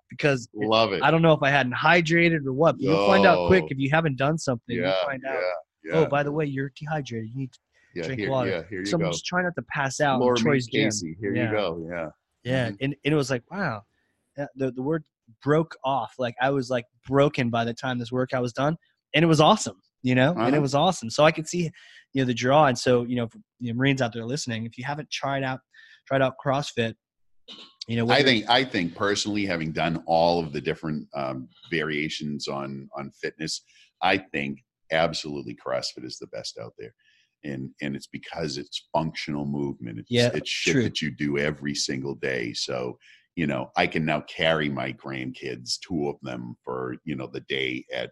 because love it. i don't know if i hadn't hydrated or what but you'll find out quick No. if you haven't done something yeah, you'll find yeah, out yeah. oh by the way you're dehydrated you need to yeah, drink here, water. Yeah, here you so i'm go. just trying not to pass out in Laura Mae troy's gym. Casey, here Yeah. you go. Yeah. Yeah, Mhm. and, and it was like wow, Uh, the the word broke off. Like I was like broken by the time this workout was done, and it was awesome. You know, and it Uh-huh. was awesome. So I could see, you know, the draw. And so you know, for, you know, Marines out there listening, if you haven't tried out tried out CrossFit, you know, I whether- think I think personally, having done all of the different um, variations on on fitness, I think absolutely CrossFit is the best out there, and and it's because it's functional movement. It's, Yeah, it's shit true. that you do every single day. So you know, I can now carry my grandkids, two of them, for you know the day at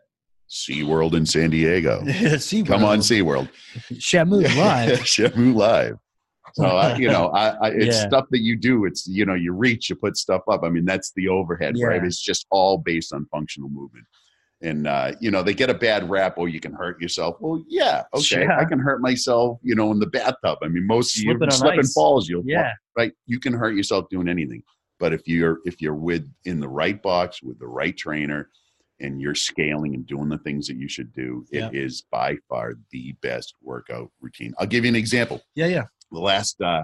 SeaWorld in San Diego. SeaWorld. Come on, SeaWorld. Shamu live. Shamu live. So I, you know, I, I it's Yeah. stuff that you do. It's you know, you reach, you put stuff up. I mean, that's the overhead, right? Yeah. It's just all based on functional movement. And uh, you know, they get a bad rap. Oh, you can hurt yourself. Well, yeah, okay, Yeah. I can hurt myself. You know, in the bathtub. I mean, most of Slipping you on slip and ice. falls. You'll Yeah, right. You can hurt yourself doing anything. But if you're if you're with in the right box with the right trainer, and you're scaling and doing the things that you should do, Yeah. it is by far the best workout routine. I'll give you an example yeah, yeah. the last uh,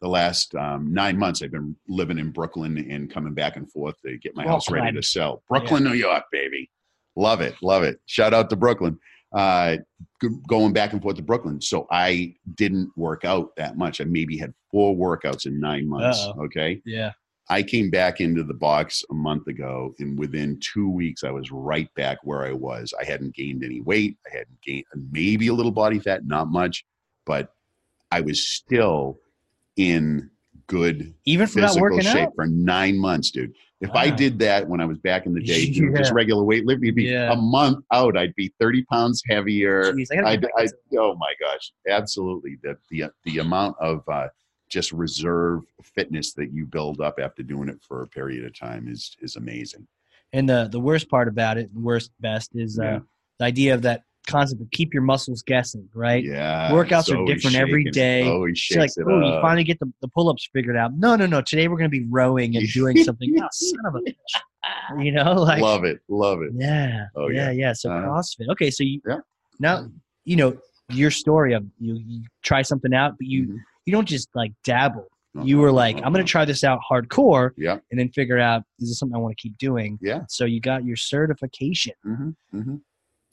the last um, nine months, I've been living in Brooklyn and coming back and forth to get my house ready Brooklyn. to sell. Brooklyn, New York, baby, love it, love it. Shout out to Brooklyn. Uh, g- going back and forth to Brooklyn, so I didn't work out that much. I maybe had four workouts in nine months. Uh-oh. Okay, Yeah, I came back into the box a month ago, and within two weeks, I was right back where I was. I hadn't gained any weight. I hadn't gained maybe a little body fat, not much, but I was still in good even from not physical working shape out. for nine months, dude. If I Wow. did that when I was back in the day, doing just Yeah. regular weightlifting, it'd be Yeah. a month out. I'd be 30 pounds heavier. Jeez, I gotta I, get back I, into- oh my gosh, absolutely. The, the, the amount of uh, just reserve fitness that you build up after doing it for a period of time is, is amazing. and the the worst part about it, worst best, is uh, Yeah. the idea of that concept of keep your muscles guessing, right? Yeah. Workouts are it's always different every shaking. day. Always She's like, shakes it oh, you up. finally get the, the pull ups figured out. No, no, no. Today we're going to be rowing and doing something. oh, son of a bitch. You know, like, love it. Love it. yeah, Oh, yeah, yeah, yeah. So Uh-huh. CrossFit. Okay. So you, Yeah. now, you know, your story of you, you try something out, but you, Mhm. you don't just like dabble. Uh-huh, You were like, I'm going uh-huh. to try this out hardcore Yeah. and then figure out, is this something I want to keep doing? Yeah. So you got your certification. Mm-hmm. Mm-hmm.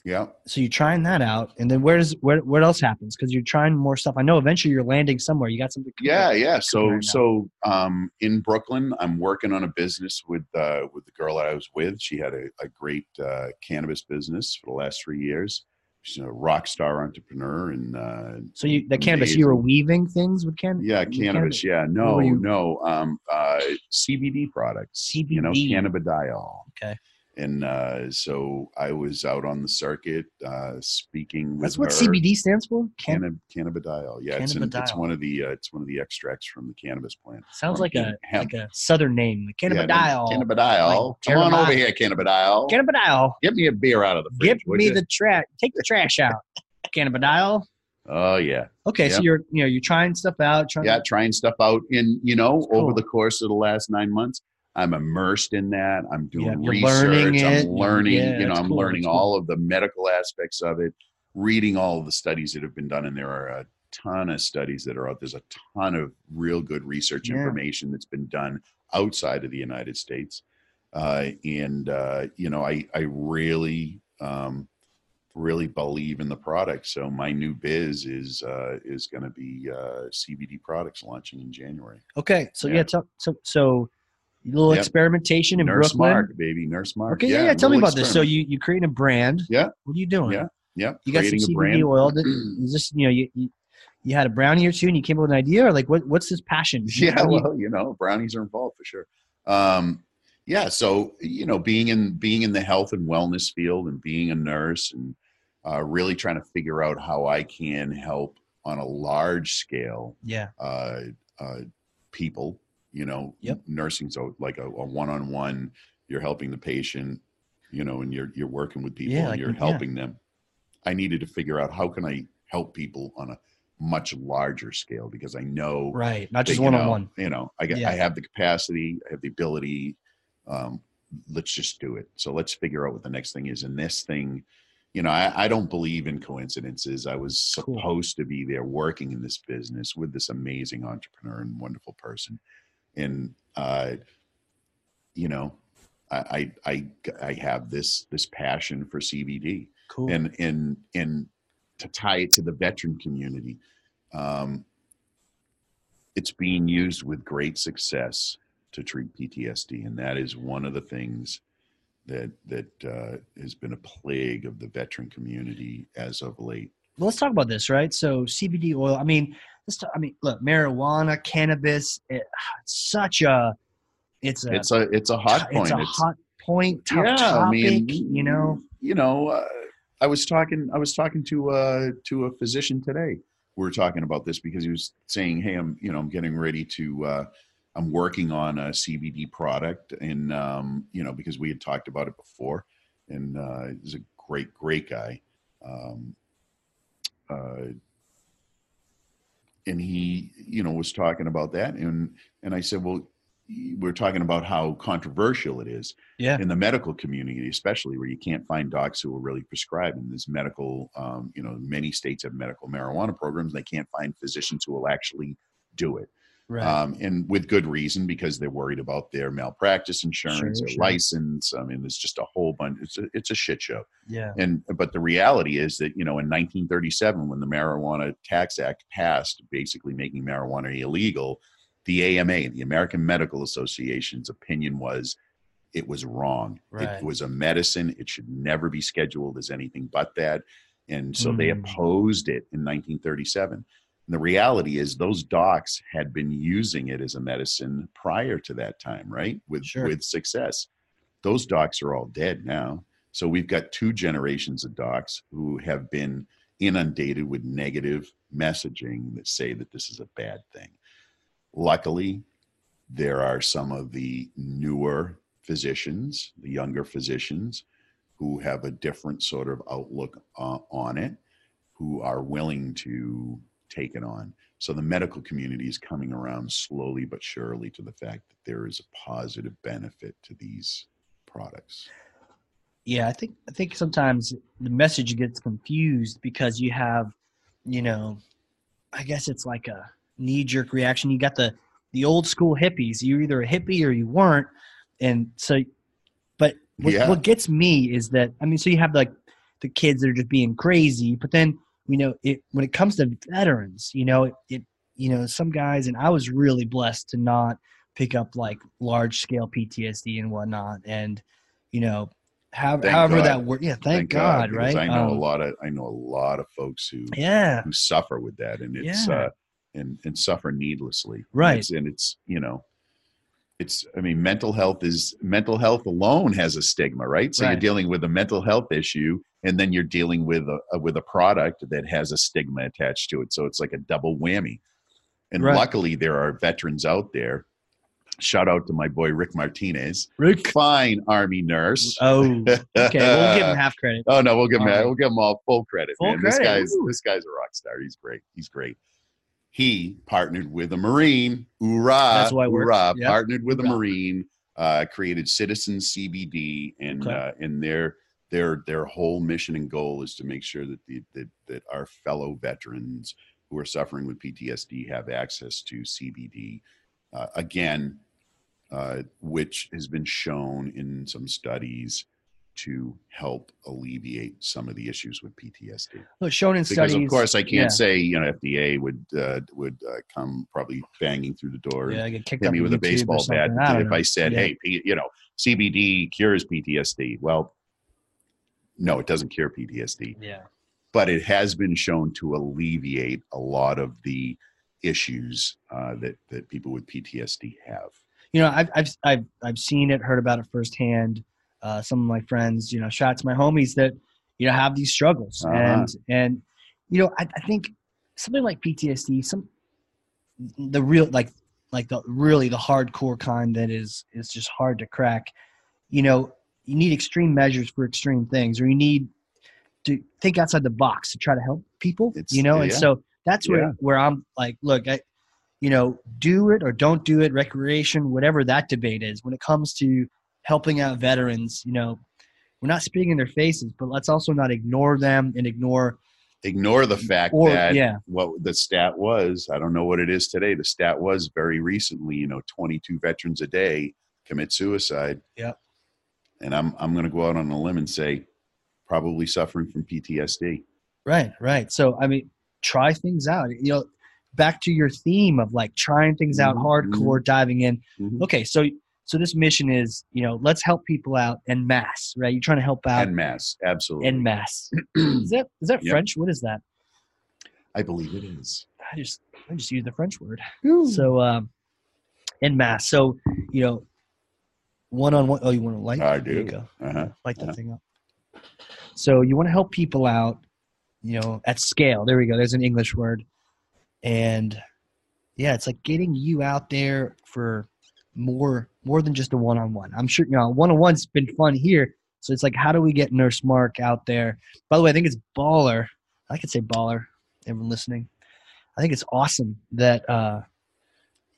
Yeah. So you're trying that out. And then where does, where, what else happens? Cause you're trying more stuff. I know eventually you're landing somewhere. You got something. cool. yeah yeah right so now. so um in brooklyn i'm working on a business with uh with the girl that i was with she had a, a great uh cannabis business for the last three years she's a rock star entrepreneur and uh So you the cannabis, you were amazing- weaving things with Oh, can yeah with cannabis yeah no were you- no um uh cbd products you know CBD. cannabidiol Okay. and uh so i was out on the circuit uh speaking with That's what her. CBD stands for. Can- Cannab- cannabidiol, yeah, it's, an, it's Cannabidiol. one of the uh, it's one of the extracts from the cannabis plant. sounds from like a like hemp. a southern name. Like Yeah, cannabidiol. no, Like cannabidiol. Come on Jeremiah. over here, cannabidiol. cannabidiol. Get me a beer out of the Give fridge. would me ya? the trash. Take the trash out. cannabidiol. Oh yeah, Okay, so Yep. you're you know you're trying stuff out. Trying yeah. Trying stuff out, and you know, cool. over the course of the last nine months, I'm immersed in that. I'm Yeah, doing you're research. learning it. I'm learning. Yeah, you know, that's I'm cool, learning that's cool. all of the medical aspects of it. Reading all of the studies that have been done, and there are a ton of studies that are out. There's a ton of real good research Yeah. information that's been done outside of the United States. Uh, and uh, you know, I I really um, really believe in the product. So my new biz is uh, is going to be uh, CBD products launching in January. Okay. So yeah, Yeah. tell, so so a little Yep. experimentation in Nurse Brooklyn. Mark, baby, Nurse Mark. Okay, yeah, yeah. Tell me little about this. So experiment. you you creating a brand? Yeah. What are you doing? Yeah. yep, You got some CBD creating a brand. oil. That, is this you know you, you you had a brownie or two and you came up with an idea or like what what's this passion? yeah What do you- well you know brownies are involved for sure um yeah so you know being in being in the health and wellness field and being a nurse and uh, really trying to figure out how i can help on a large scale yeah. uh, uh, people you know Yep. nursing so like a, a one-on-one you're helping the patient you know and you're you're working with people Yeah, and like, you're yeah. helping them i needed to figure out how can i help people on a much larger scale because i know Right. Not that, just you know, one on one. You know, I, got, Yeah. I have the capacity, I have the ability. Um, let's just do it. So let's figure out what the next thing is. And this thing, you know, I, I don't believe in coincidences. I was Cool. supposed to be there working in this business with this amazing entrepreneur and wonderful person. And, uh, you know, I, I, I, I have this, this passion for CBD Cool. and and and to tie it to the veteran community um, it's being used with great success to treat ptsd and that is one of the things that that uh, has been a plague of the veteran community as of late well, let's talk about this, right? So CBD oil. I mean, let's talk, I mean, look, marijuana, cannabis. It, it's such a. It's a. it's a it's a hot point It's a hot point. Top topic. you know. you know uh, i was talking i was talking to uh to a physician today we were talking about this because he was saying hey i'm you know i'm getting ready to uh i'm working on a cbd product and um you know because we had talked about it before and uh he's a great great guy um uh and he you know was talking about that and and i said well we're talking about how controversial it is Yeah. in the medical community, especially where you can't find docs who will really prescribe. And there's medical, um, you know, many states have medical marijuana programs. They can't find physicians who will actually do it, Right. um, and with good reason because they're worried about their malpractice insurance, Sure, their sure. license. I mean, there's just a whole bunch. It's a, it's a shit show. yeah. And but the reality is that you know in 1937, when the Marijuana Tax Act passed, basically making marijuana illegal, the AMA, the American Medical Association's opinion was it was wrong. Right. It was a medicine. It should never be scheduled as anything but that. And so they Mm. opposed it in 1937. And the reality is those docs had been using it as a medicine prior to that time, right? With Sure. with success. Those docs are all dead now. So we've got two generations of docs who have been inundated with negative messaging that say that this is a bad thing. Luckily, there are some of the newer physicians, the younger physicians, who have a different sort of outlook uh, on it, who are willing to take it on. So the medical community is coming around slowly but surely to the fact that there is a positive benefit to these products. Yeah, I think I think sometimes the message gets confused because you have, you know, I guess it's like a knee jerk reaction. You got the the old school hippies. You're either a hippie or you weren't, and so. But what, Yeah. what gets me is that I mean, so you have like the kids that are just being crazy, but then you know it when it comes to veterans, you know it, it you know some guys and I was really blessed to not pick up like large scale PTSD and whatnot, and you know. How, Thank however God. that worked, yeah. Thank, God, uh, because right? I know Um, a lot of I know a lot of folks who Yeah, who suffer with that, and it's Yeah. uh, and and suffer needlessly. Right. And it's, and it's you know, it's I mean, mental health is mental health alone has a stigma, right? So Right. you're dealing with a mental health issue, and then you're dealing with a, a- with a product that has a stigma attached to it. So it's like a double whammy. And Right. luckily, there are veterans out there. Shout out to my boy Rick Martinez, Rick. fine Army nurse. Oh, okay. Well, we'll give him half credit. Oh no, we'll give him All right. we'll give him all full credit. Full man. credit, This guy's woo. this guy's a rock star. He's great. He's great. He partnered with a Marine. Hoorah! That's why it works. hoorah! Yep. uh, Partnered with Hoorah. a Marine. Uh, created Citizen CBD, and Okay. uh, and their their their whole mission and goal is to make sure that the that, that our fellow veterans who are suffering with PTSD have access to CBD. Uh, again, uh, which has been shown in some studies to help alleviate some of the issues with PTSD. Look, shown in Because studies. of course, I can't yeah. say you know FDA would uh, would uh, come probably banging through the door Yeah, I get kicked hit out me of with a YouTube or baseball bat something. I don't if know. I said, Yeah. "Hey, P- you know, CBD cures PTSD." Well, no, it doesn't cure PTSD, Yeah. but it has been shown to alleviate a lot of the issues uh, that that people with PTSD have. you know, I've I've I've I've seen it, heard about it firsthand. Uh, some of my friends, you know, shout out to my homies that you know have these struggles, Uh-huh. and and you know, I, I think something like PTSD, some the real like like the really the hardcore kind that is is just hard to crack. You know, you need extreme measures for extreme things, or you need to think outside the box to try to help people. It's- you know, and yeah. so that's where Yeah. where I'm like, look, I, you know, do it or don't do it, recreation, whatever that debate is. When it comes to helping out veterans, you know, we're not speaking in their faces, but let's also not ignore them and ignore Ignore the fact or that yeah, what the stat was. I don't know what it is today. The stat was very recently, you know, 22 veterans a day commit suicide. Yep. And I'm I'm going to go out on a limb and say probably suffering from PTSD. right, right. So I mean, try things out. You know, back to your theme of like trying things out, Mhm, hardcore, diving in. Mhm. Okay, so so this mission is, you know, let's help people out en masse, right? You're trying to help out and mass, absolutely. en masse. Is that is that Yep. French? What is that? I believe it is. I just I just use the French word. So um, en masse. So you know, one on one. Oh, you want to light? I There you do. go. Uh-huh. Light that Uh-huh. thing up. So you want to help people out, you know, at scale. There we go. There's an English word, and yeah, it's like getting you out there for more more than just a one on one. I'm sure you know one on one's been fun here. So it's like, how do we get Nurse Mark out there? By the way, I think it's baller. I could say baller. Everyone listening, I think it's awesome that uh,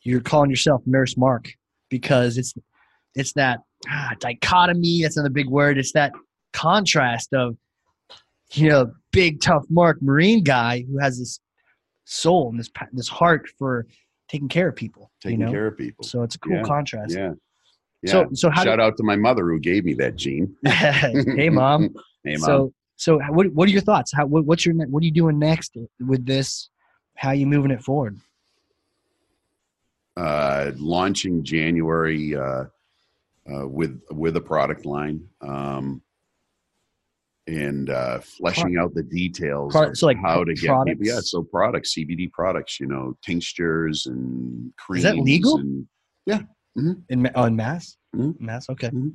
you're calling yourself Nurse Mark because it's it's that ah, dichotomy. That's another big word. It's that contrast of you know big tough Mark Marine guy who has this soul and this pa- this heart for taking care of people. Taking you know? care of people. So it's a cool Yeah, contrast. yeah. Yeah. So so how Shout out to my mother who gave me that gene. do, hey mom. hey, mom. So so how- what what are your thoughts? How what, what's your ne- what are you doing next with this? How you moving it forward? uh, launching January uh, uh, with with a product line um, and uh, fleshing out the details Product- of so, like, how to get products? people. Yeah, so products, CBD products, you know, tinctures and Is creams. that legal? and- In ma- oh, in mass? Mhm. Mass. Okay. Mhm.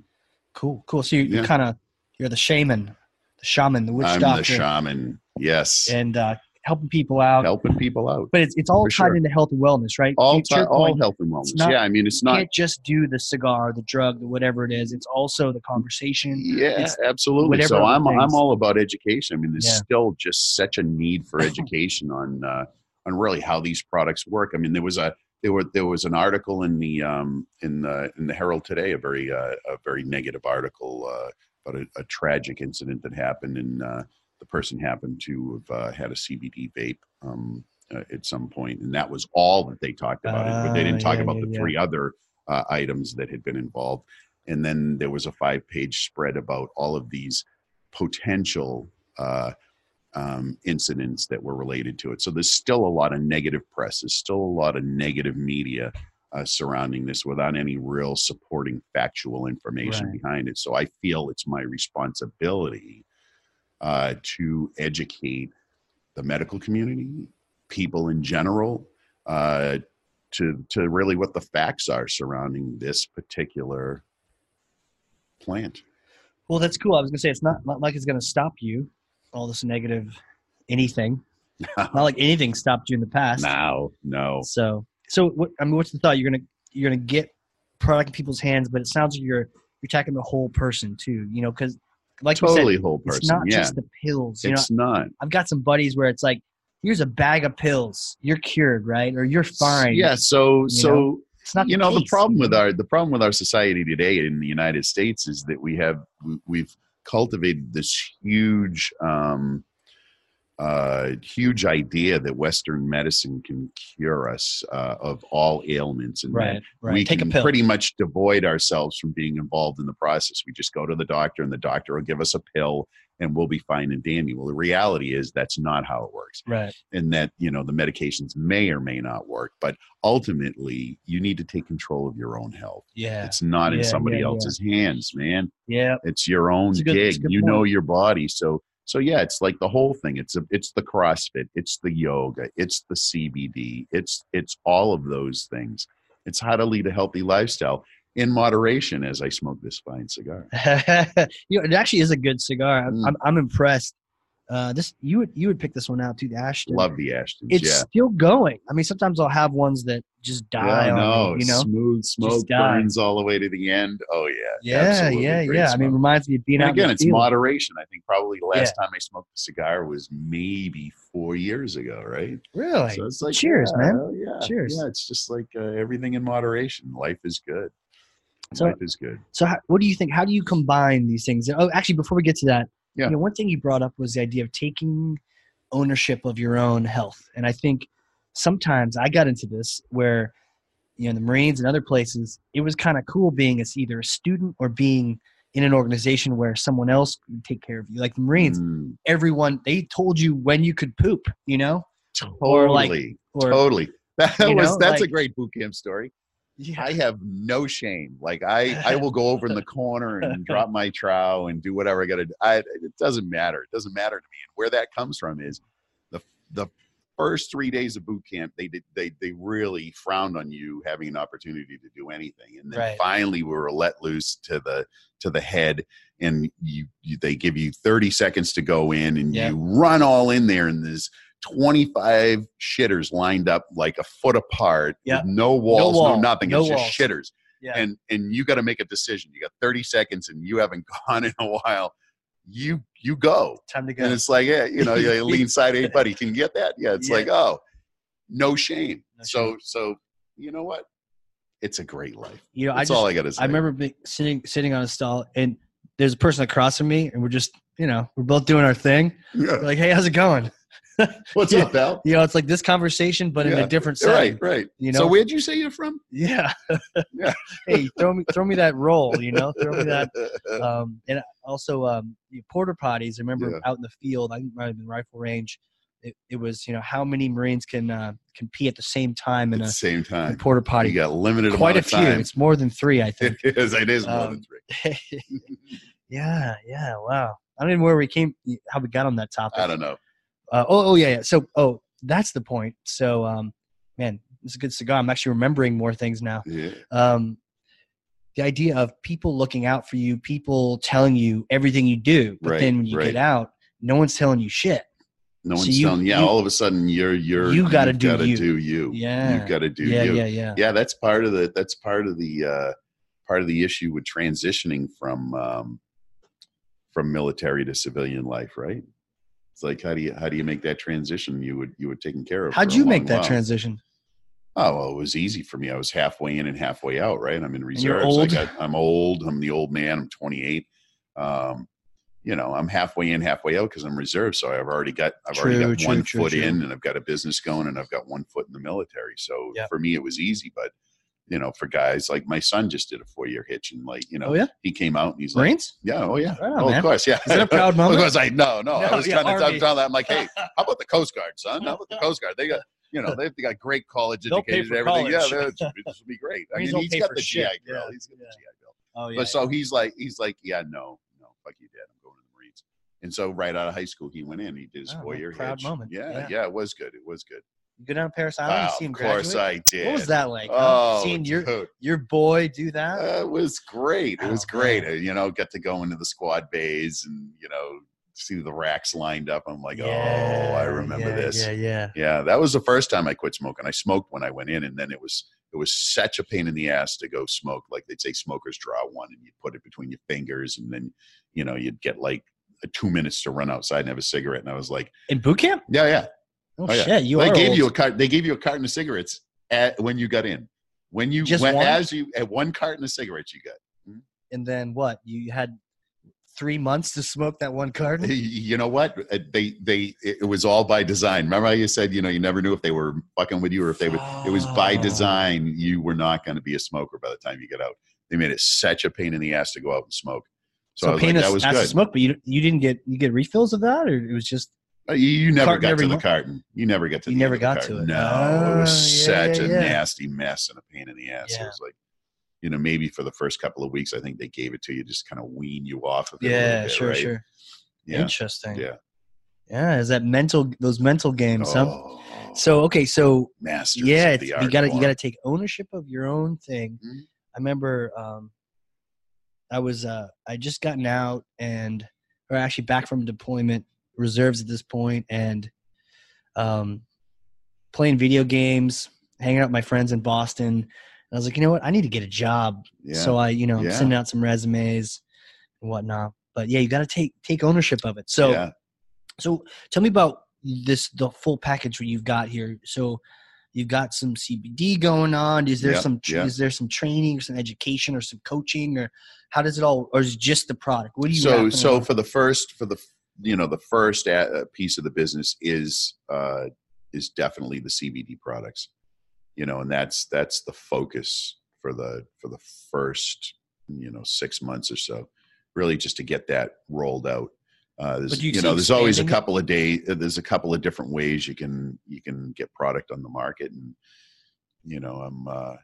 Cool. Cool. So you, you Yeah. kind of you're the shaman, the shaman, the witch I'm doctor, the shaman. Yes, and uh, helping people out. helping people out. But it's it's all For tied sure. into health and wellness, right? All To your ti- all point, health and wellness. not- yeah, I mean, it's you not. can't just do the cigar, the drug, the whatever it is. It's also the conversation. Yeah, it's absolutely. whatever So I'm things. I'm all about education. I mean, there's Yeah. still just such a need for education on uh, on really how these products work. I mean, there was a there were there was an article in the um, in the in the Herald today, a very uh, a very negative article uh, about a, a tragic incident that happened, and uh, the person happened to have uh, had a CBD vape. Um, uh, at some point, and that was all that they talked about. it, but they Ah, didn't talk yeah, about yeah, the yeah. three other uh, items that had been involved and then there was a five page spread about all of these potential uh, um, incidents that were related to it so there's still a lot of negative press there's still a lot of negative media uh, surrounding this without any real supporting factual information Right. behind it so i feel it's my responsibility uh, to educate the medical community people in general uh, to to really what the facts are surrounding this particular plant. Well, that's cool. I was gonna say it's not, not like it's gonna stop you. All this negative, anything. not like anything stopped you in the past. Now, no, So, so what, I mean, what's the thought? You're gonna you're gonna get product in people's hands, but it sounds like you're you're attacking the whole person too. You know, because like you totally said, whole it's person. not Yeah, just the pills. You know, it's not. I've got some buddies where it's like, here's a bag of pills, you're cured, right? Or you're fine. Yeah. So, You so know? it's not. you know the case. problem with our the problem with our society today in the United States is that we have we- we've cultivated this huge um, uh, huge idea that Western medicine can cure us uh, of all ailments, and Right. Right. we Take a can pill. pretty much devoid ourselves from being involved in the process. We just go to the doctor, and the doctor will give us a pill, and we'll be fine and dandy. Well, the reality is that's not how it works, right. and that you know the medications may or may not work, but ultimately you need to take control of your own health. Yeah. It's not in Yeah, somebody yeah, yeah. else's hands, man Yeah. it's your own It's a good- it's a gig good you know your body so so yeah it's like the whole thing it's a, it's the crossfit it's the yoga it's the cbd it's it's all of those things it's how to lead a healthy lifestyle in moderation as i smoke this fine cigar you know, it actually is a good cigar. I'm, Mm. I'm, I'm impressed. Uh, this you would you would pick this one out too, the Ashton. love the ashtons It's yeah still going. I mean, sometimes I'll have ones that just die. yeah, on no, me, you know. smooth smoke die. burns all the way to the end. Oh yeah, Yeah, absolutely yeah, great yeah. I smoke. mean, reminds me of being and out. in again, the it's field. moderation. I think probably the last time I smoked a cigar was maybe four years ago, right? Really? So it's like, Cheers, yeah, man. oh, Yeah, Cheers. Yeah, it's just like uh, everything in moderation. Life is good. So- Life is good. So, how, what do you think? How do you combine these things? Oh, actually, before we get to that, Yeah. you know, one thing you brought up was the idea of taking ownership of your own health, and I think sometimes I got into this where, you know, in the Marines and other places, it was kind of cool being as either a student or being in an organization where someone else could take care of you. Like the Marines, Mm, everyone they told you when you could poop, you know, totally, Or like- or totally. That you was know, that's a like- great boot camp story. yeah, I have no shame. Like I, I will go over in the corner and drop my trowel and do whatever I got to do. I, it doesn't matter. It doesn't matter to me. And where that comes from is the the first three days of boot camp. They did they they really frowned on you having an opportunity to do anything. And then Right. finally we were let loose to the to the head. And you, you they give you thirty seconds to go in, and Yeah. you run all in there. And there's twenty five shitters lined up like a foot apart. Yeah. with no walls, no, wall, nothing. no it's just walls. shitters. Yeah. And and you got to make a decision. You got 30 seconds, and you haven't gone in a while. You you go, time to and go. it's like yeah, you know, you lean side, hey buddy, can you get that? Yeah, it's Yeah. like oh, no shame. No so so you know what? It's a great life. You know, I That's just all I got to say. I remember being, sitting sitting on a stall, and there's a person across from me, and we're just you know we're both doing our thing. Yeah. We're like, hey, how's it going? What's Yeah. up, pal? You know, it's like this conversation, but in Yeah, a different setting. Right, right. You so know? where'd you say you're from? Yeah. Yeah. hey, throw me throw me that roll. You know, throw me that. Um, and also um, the porter potties. I remember Yeah. out in the field. I think it might have been rifle range. It, it was you know how many Marines can uh, can pee at the same time At in a, the same in a time, porter you potty. got limited Quite amount a of few. time. It's more than three, I think. It is. It is more Um, than three. yeah, yeah, wow. I don't even know where we came, how we got on that topic. I don't know. Uh, oh, oh, yeah, yeah. So, oh, that's the point. So, um, man, it's a good cigar. I'm actually remembering more things now. Yeah. Um, the idea of people looking out for you, people telling you everything you do, but Right, then when you right. get out, no one's telling you shit. No So one's you- telling. Yeah, you- all of a sudden you're you're you gotta you've do gotta you. do you. Yeah. you've got to do yeah, you. yeah, Yeah. yeah, that's part of the that's part of the uh, part of the issue with transitioning from um, from military to civilian life, right? It's like how do you how do you make that transition? You would you were taken care of. How'd for a you make long that while. transition? Oh, well, it was easy for me. I was halfway in and halfway out, right? I'm in you're reserves. old? I got, I'm old. I'm the old man. I'm 28. Um, you know, I'm halfway in, halfway out because I'm reserve. So I've already got, I've True, already got true, one true, foot true. in, and I've got a business going, and I've got one foot in the military. So Yeah. for me, it was easy. But you know, for guys like my son, just did a four year hitch, and like you know, Oh, yeah? he came out and he's like, Marines? yeah, oh yeah, Right on, oh man. of course, yeah. Is that a proud Of moment? course, I no, no. I No, was yeah, trying to Army. I'm telling them, I'm like, hey, how about the Coast Guard, son? How about the Coast Guard? They got, you know, they've got great college They'll pay education and for everything. Yeah, college. that's- this will be great. I Marines mean, don't he's pay got for the GI shit. Bill. Yeah. He's got Yeah. the GI Bill. Oh, But so he's like, he's like, yeah, no, no, fuck you, dad. I'm going to the Marines. And so right out of high school, he went in. He did his Oh, four-year proud hitch. moment. Yeah, Yeah. yeah, it was good. It was good. You go down to Paris Island and Wow, see him of course, graduate? I did. What was that like? huh? Oh, Seeing your dude. your boy do that? Uh, it was great. It was Oh, great. man. Uh, You know, got to go into the squad bays and you know see the racks lined up. I'm like, oh, I remember yeah, this. Yeah, Yeah. yeah. that was the first time I quit smoking. I smoked when I went in, and then it was it was such a pain in the ass to go smoke. Like they'd say, smokers draw one, and you put it between your fingers, and then you know you'd get like two minutes to run outside and have a cigarette. And I was like, In boot camp? yeah, yeah. Oh, Oh, yeah. shit, you they are gave old. you a cart. They gave you a carton of cigarettes at, when you got in. When you Just went one? as you at one carton of cigarettes you got. and then what? You had three months to smoke that one carton? You know what? Uh, They they it it was all by design. Remember how you said you know you never knew if they were fucking with you or if they would. It was by Oh. design. You were not going to be a smoker by the time you get out. They made it such a pain in the ass to go out and smoke. So, I was like, Panos that was asked to good. smoke, but you you didn't get you get refills of that, or it was just Uh, You, you never Carton got every to the month? carton. You never got to. You the never end got of the to it. carton. No, it was Oh, yeah, such yeah, a yeah. nasty mess and a pain in the ass. It Yeah. was like, you know, maybe for the first couple of weeks, I think they gave it to you just kind of wean you off of it. a little yeah, bit, sure, right? sure, Yeah. interesting, Yeah. yeah. Is that mental? Those mental games, huh? Oh, So okay, so masters. of yeah, the it's, you art got to you form. got to take ownership of your own thing. Mhm. I remember um, I was uh, I just gotten out and or actually back from deployment reserves at this point and um, playing video games, hanging out with my friends in Boston. And I was like, you know what? I need to get a job. Yeah. So I, you know, I'm Yeah. sending out some resumes and whatnot. But yeah, you got to take take ownership of it. So yeah. so tell me about this the full package what you've got here. So you've got some CBD going on. Is there Yeah, some tr yeah. is there some training, some education, or some coaching, or how does it all, or is it just the product? What do you so wrapping so around? for the first for the you know the first a- uh, piece of the business is uh is definitely the cbd products you know and that's that's the focus for the for the first you know six months or so really just to get that rolled out uh, there's, But do you you, see know, there's always a expanding it? couple of day. uh, There's a couple of different ways you can you can get product on the market, and you know, I'm uh,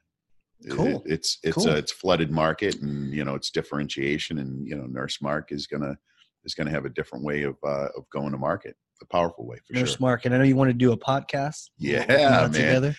it- Cool. it- it's it's Cool. a it's flooded market, and you know, it's differentiation, and you know, Nurse Mark is gonna is gonna have a different way of uh, of going to market, a powerful way for Nurse sure. Mark, and I know you want to do a podcast. Yeah, Putting that man. Together.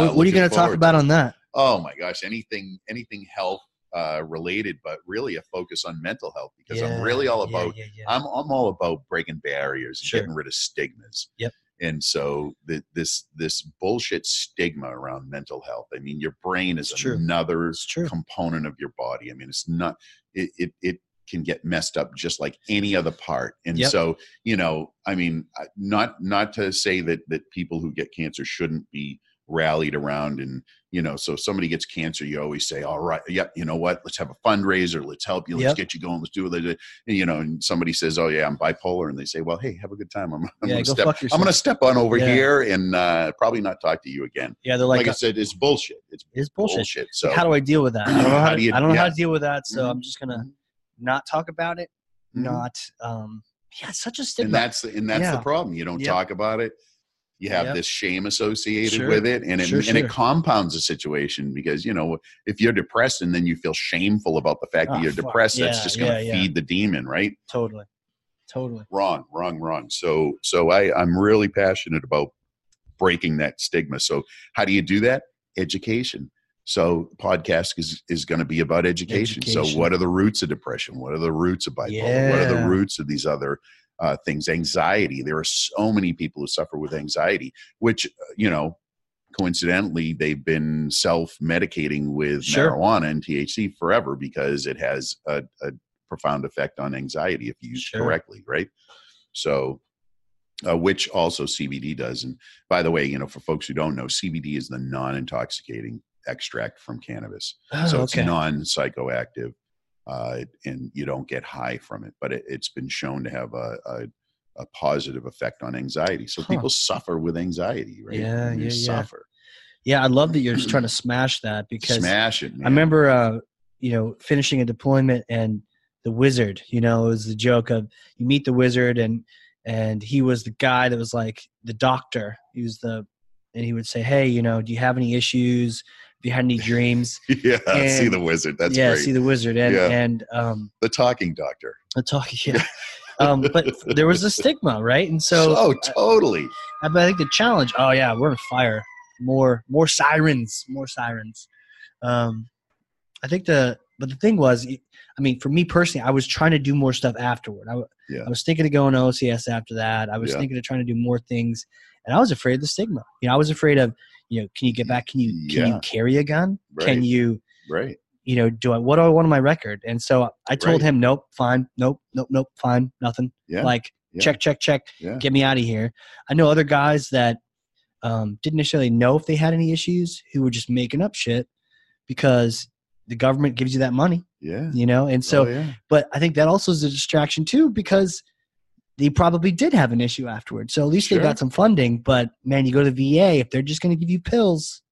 what, what are you looking going to talk forward about on that? oh my gosh anything anything health uh, related but really a focus on mental health because i'm really yeah, all about yeah, yeah. I'm, I'm all about breaking barriers and Sure. getting rid of stigmas Yep. and so the, this this bullshit stigma around mental health i mean your brain is It's true. another It's true. component of your body i mean it's not it it, it can get messed up just like any other part and Yep. so you know i mean I- not not to say that that people who get cancer shouldn't be rallied around and you know so if somebody gets cancer you always say all right yep you know what let's have a fundraiser let's help you Yep. let's get you going let's do it you know and somebody says oh yeah i'm bipolar and they say well hey have a good time i'm, I'm yeah, gonna go step fuck yourself. i'm gonna step on over Yeah. here and uh, probably not talk to you again yeah, they're like, like, i said it's bullshit it's it's bullshit, bullshit. so how do I deal with that? I don't know how, How to, do you- I don't know how yeah. to deal with that, so Mhm. I'm just gonna Mhm. not talk about it. Mhm. Not, um, yeah, it's such a stigma. and that's the, and that's Yeah. the problem you don't Yep. talk about it you have Yep. this shame associated Sure. with it and it Sure, and sure. it compounds the situation because you know if you're depressed and then you feel shameful about the fact Ah, that you're fuck. depressed that's Yeah, just going to yeah, yeah. feed the demon right Totally. Totally. wrong wrong wrong so so i i'm really passionate about breaking that stigma so how do you do that education so podcast is is going to be about education. so Education. what are the roots of depression what are the roots of bipolar what are Yeah. the roots of these other uh, things anxiety there are so many people who suffer with anxiety which uh, you know coincidentally they've been self-medicating with Sure. marijuana and thc forever because it has a, a profound effect on anxiety if used Sure. correctly, right? So, uh, which also CBD does. And by the way, you know, for folks who don't know, CBD is the non intoxicating extract from cannabis. Oh, so okay. it's non psychoactive uh, and you don't get high from it, but it, it's been shown to have a, a, a positive effect on anxiety. So Huh. people suffer with anxiety, right? Yeah, They yeah, yeah. suffer. yeah, I love that you're just trying to smash that because Smash it. Man. I remember, uh, you know, finishing a deployment and the wizard. You know, it was the joke of you meet the wizard and and he was the guy that was like the doctor. He was the and he would say, "Hey, you know, do you have any issues? Have you had any dreams?" yeah, see and- the wizard. That's yeah, great. see the wizard and Yeah. and um, the talking doctor. the talk. Yeah, um, but there was a stigma, right? And so, uh, oh, totally. I, but I think the challenge. Oh yeah, we're on fire. More more sirens. More sirens. Um, I think the but the thing was, I mean, for me personally, I was trying to do more stuff afterward. I, w- Yeah. I was thinking of going to OCS after that. I was Yeah. thinking of trying to do more things, and I was afraid of the stigma. You know, I was afraid of you know, can you get back? Can you can Yeah. you carry a gun? Can Right. you Right. you know, do I what do I want on my record? And so I told Right. him, nope, fine, nope, nope, nope, fine, nothing. Yeah, Like yeah, check, check, check, yeah. get me out of here. I know other guys that um, didn't necessarily know if they had any issues who were just making up shit because the government gives you that money, Yeah. you know? And so, Oh, yeah. but I think that also is a distraction too because they probably did have an issue afterwards. So at least Sure. they got some funding. But man, you go to VA if they're just going to give you pills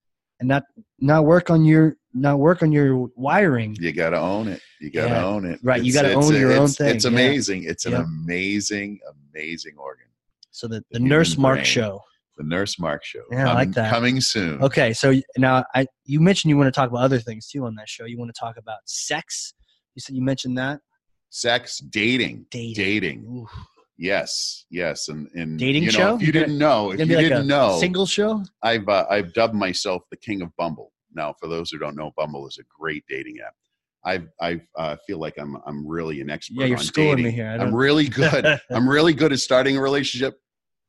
and not not work on your not work on your wiring. you got to own it. You got to Yeah. own it. Right, you It's- gotta it's- own your own it's- thing, It's yeah. amazing. It's an Yeah. amazing, amazing organ. So the, The the Nurse human Mark brain. show. The Nurse Mark Show. Yeah, I like coming, that. Coming soon. Okay, so y- now I you mentioned you want to talk about other things too on that show. You want to talk about sex. You said you mentioned that Sex, dating, dating. dating. Ooh. Yes, yes, and and Dating you know, show? If you You're gonna- didn't know, if Gonna you be like a didn't know, single show. I've uh, I've dubbed myself the king of Bumble. Now, for those who don't know, Bumble is a great dating app. I I uh, feel like I'm I'm really an expert. Yeah, you're on schooling dating. me here. I I'm don't- really good. I'm really good at starting a relationship,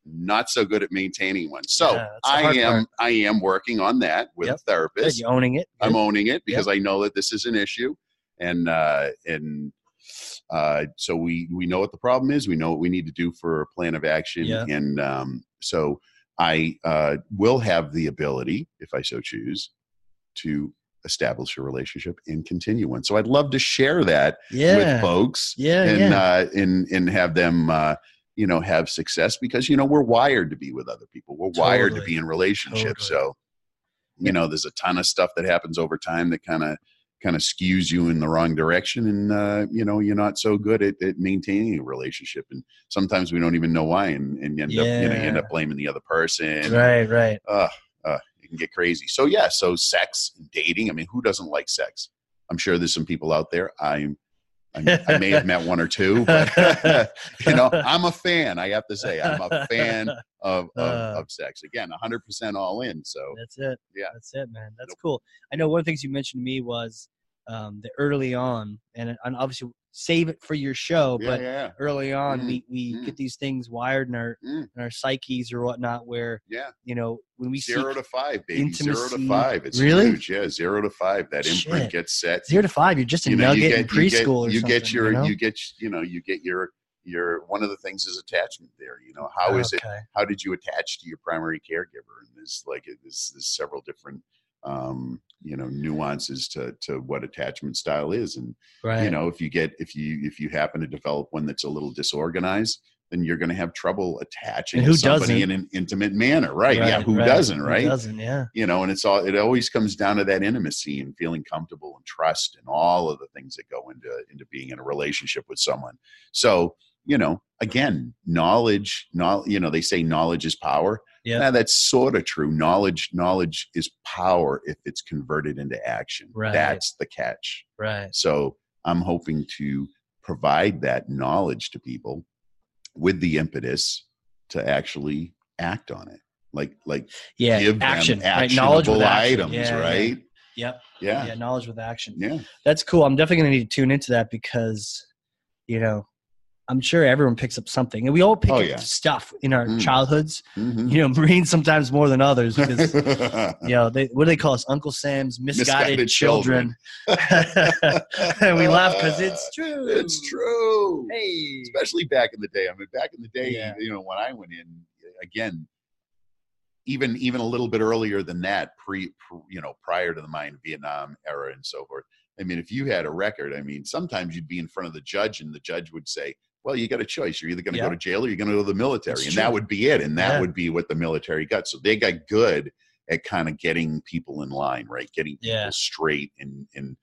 not so good at maintaining one. So Yeah, that's the I hard am part. I am working on that with Yep. a therapist. Good, you're owning it. I'm owning it because I know that this is an issue, and uh, and uh, so we we know what the problem is. We know what we need to do for a plan of action, Yeah. and um, so I uh, will have the ability, if I so choose, to establish a relationship and continue one. So I'd love to share that with yeah. folks yeah, and yeah. uh, and and have them uh, you know have success because you know we're wired to be with other people. We're wired to Totally. be in relationships. Totally. So you know, there's a ton of stuff that happens over time that kind of kind of skews you in the wrong direction, and uh, you know you're not so good at, at maintaining a relationship. And sometimes we don't even know why, and, and you end up you know you end Yeah. up blaming the other person. right, right. Ugh, ugh, it can get crazy. So yeah, so sex, dating. I mean, who doesn't like sex? I'm sure there's some people out there. I'm, I'm I may have met one or two, but you know, I'm a fan. I have to say, I'm a fan of of, Uh. of sex. Again, 100 percent all in. So That's it. Yeah. That's it, man. That's Nope. cool. I know one of the things you mentioned to me was um, the early on, and, and obviously save it for your show, yeah, but yeah, early on Mm, we, we mm. get these things wired in our Mm. in our psyches or whatnot where yeah. you know when we Zero seek, to five, baby. Zero intimacy. to five. It's Really? huge. Yeah, zero to five. That imprint Shit. gets set. zero to five you're just a nugget in preschool you or get something, your you, know? you get you know you get your your one of the things is attachment there you know how is it Okay. how did you attach to your primary caregiver? And there's like there's, there's several different um, you know nuances to to what attachment style is. And right you know if you get if you if you happen to develop one that's a little disorganized, then you're going to have trouble attaching And who to somebody doesn't? in an intimate manner, right? yeah, who right. doesn't, right? who doesn't yeah You know, and it's all it always comes down to that intimacy and feeling comfortable and trust and all of the things that go into into being in a relationship with someone. So, you know, again, knowledge, know, you know, they say knowledge is power. Yeah. Nah, that's sort of true. Knowledge, knowledge is power if it's converted into action. Right. That's the catch. right So I'm hoping to provide that knowledge to people with the impetus to actually act on it. Like like yeah give action them right knowledge with actionable action. items, Yeah, yeah. right? Yep. Yeah. yeah Yeah. knowledge with action That's cool. I'm definitely going to need to tune into that because, you know, I'm sure everyone picks up something, and we all pick Oh, up yeah. stuff in our Mm. childhoods. Mhm. You know, Marines sometimes more than others because Mm-hmm. you know they, what do they call us? Uncle Sam's misguided, Misguided children. children. and we laugh because it's true. It's true. Hey. especially back in the day. I mean, back in the day, Yeah. you know, when I went in, again, even even a little bit earlier than that, pre, pre you know, prior to the mine Vietnam era and so forth. I mean, if you had a record, I mean, sometimes you'd be in front of the judge, and the judge would say, "Well, you got a choice. You're either going to Yeah. go to jail or you're going to go to the military," That's and true. that would be it. And that Yeah. would be what the military got. So they got good at kind of getting people in line, right? Getting people Yeah. straight and and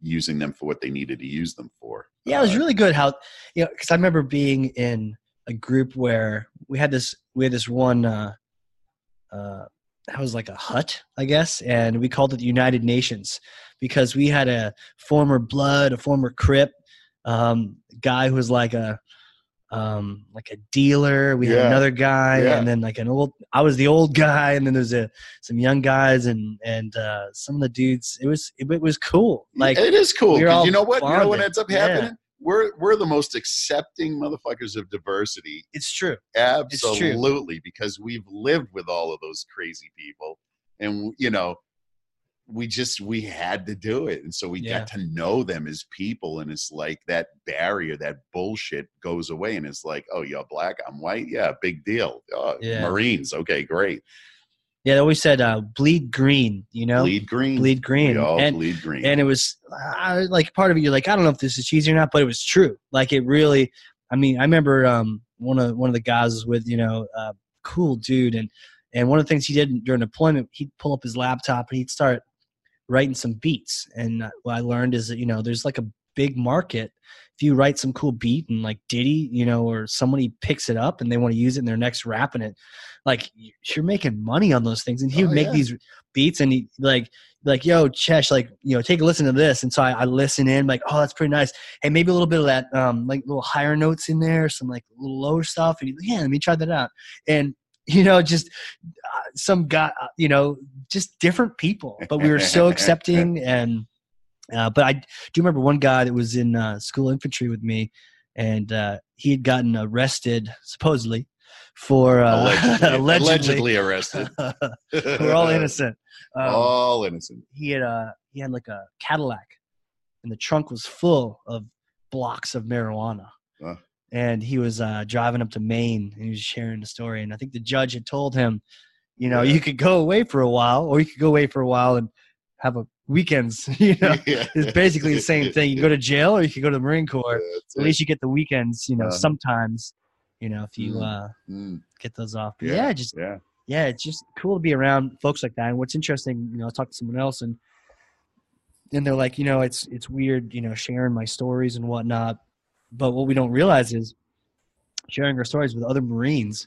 using them for what they needed to use them for. Yeah, it was Uh, really good how you know because I remember being in a group where we had this we had this one uh uh that was like a hut I guess and we called it the United Nations because we had a former blood a former Crip um guy who was like a um like a dealer we had Yeah. another guy Yeah. and then like an old I was the old guy and then there's a some young guys and and uh some of the dudes it was it, was cool like it is cool we're 'cause all you know what you know what bonded. ends up Yeah. happening we're we're the most accepting motherfuckers of diversity it's true true. absolutely because we've lived with all of those crazy people and you know we just we had to do it and so we Yeah. got to know them as people and it's like that barrier that bullshit goes away and it's like oh you're black i'm white yeah big deal oh, Yeah. marines okay great Yeah, they always said uh, bleed green, you know? bleed green. Bleed green. We all and, bleed green. and it was uh, like part of you like, I don't know if this is cheesy or not, but it was true. Like it really I mean, I remember um, one of one of the guys was with, you know, uh, cool dude and and one of the things he did during deployment, he'd pull up his laptop and he'd start writing some beats. And uh, what I learned is that, you know, there's like a big market. If you write some cool beat and like Diddy, you know, or somebody picks it up and they want to use it in their next rap and it, like you're making money on those things. And he Oh, would make yeah. these beats and he like, like, yo, Chesh, like, you know, take a listen to this. And so I, I listen in like, oh, that's pretty nice. Hey, maybe a little bit of that, um, like little higher notes in there, some like little lower stuff. And he's like, yeah, let me try that out. And, you know, just uh, some guy, uh, you know, just different people, but we were so accepting and uh, but I do remember one guy that was in uh, school infantry with me, and uh, he had gotten arrested supposedly for uh, allegedly, allegedly. allegedly arrested. we're all innocent. Um, all innocent. He had a he had like a Cadillac, and the trunk was full of blocks of marijuana. Uh. And he was uh, driving up to Maine, and he was sharing the story. And I think the judge had told him, you know, Yeah. you could go away for a while, or you could go away for a while and have a weekends. You know, it's basically the same thing. You can go to jail or you can go to the Marine Corps. That's At it. least you get the weekends, you know, Uh-huh. sometimes, you know, if you Mm. uh, Mm, get those off. But Yeah. yeah. just yeah. yeah, it's just cool to be around folks like that. And what's interesting, you know, I talked to someone else and and they're like, you know, it's it's weird, you know, sharing my stories and whatnot. But what we don't realize is sharing our stories with other Marines.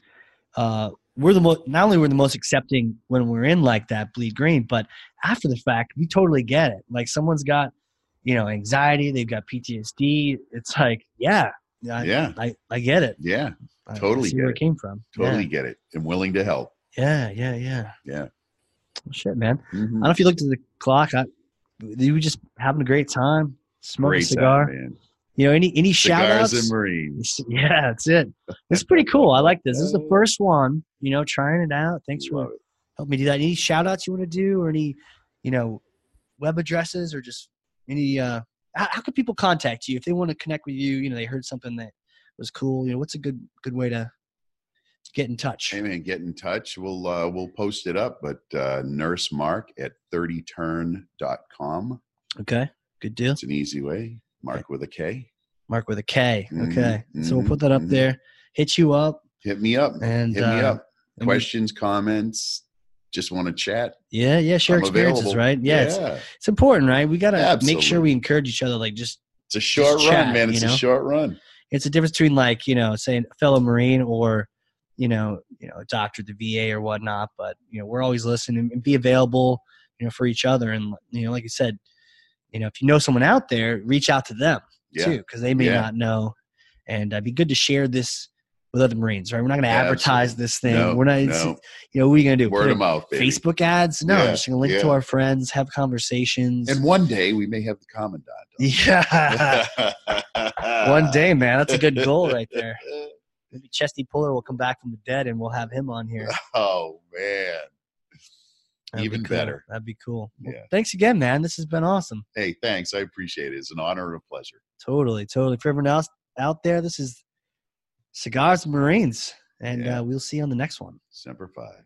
Uh, we're the most not only we're the most accepting when we're in like that bleed green, but after the fact, we totally get it. Like someone's got, you know, anxiety, they've got PTSD. It's like, yeah, I, yeah. I, I get it. Yeah. I- I Totally see get where it. it came from. Totally get it. And willing to help. Yeah, yeah, yeah, yeah. Yeah. Well, shit, man. I Mhm. don't know if you looked at the clock. I, you were just having a great time, smoking Great a cigar. time, man. you know, any any shout Cigars outs? and Marines. Yeah, that's it. It's pretty cool. I like this. This is the first one, you know, trying it out. Thanks for Love it. helping me do that. Any shout outs you want to do or any, you know, web addresses or just any, uh, how, how could people contact you if they want to connect with you? You know, they heard something that was cool. You know, what's a good, good way to get in touch? Hey man, get in touch. We'll uh, we'll post it up, but uh, nurse mark at 30turn.com. Okay. Good deal. It's an easy way. Mark with a K. Mark with a K. Mhm, Okay. So we'll mhm, put that up mhm. there, hit you up. Hit me up. And, Hit me uh, up. and we- Questions, comments. Just want to chat. Yeah, yeah, share I'm experiences, available. right? Yeah, It's, it's important, right? We gotta make sure Absolutely. we encourage each other. Like, just It's a short just chat, run, man. It's you know? a short run. it's a difference between like you know, saying a fellow Marine or you know, you know, a doctor, at the VA or whatnot. But you know, we're always listening and be available, you know, for each other. And you know, like you said, you know, if you know someone out there, reach out to them Yeah. too, because they may Yeah. not know. And uh, it'd be good to share this with other Marines, right? We're not gonna advertise Absolutely. this thing. No, we're not. It's, no. You know, what are you gonna do? Put Word it- of mouth, baby. Facebook ads? No, Yeah, I'm just gonna link yeah. to our friends, have conversations. And one day we may have the commandant. yeah, on. one day, man, that's a good goal right there. Maybe Chesty Puller will come back from the dead, and we'll have him on here. Oh man. That'd be Even cool. better. That'd be cool. Well, Yeah. thanks again, man. This has been awesome. Hey, thanks. I appreciate it. It's an honor and a pleasure. Totally, totally. For everyone else out there, this is Cigars and Marines, and Yeah. uh, we'll see you on the next one. Semper Fi.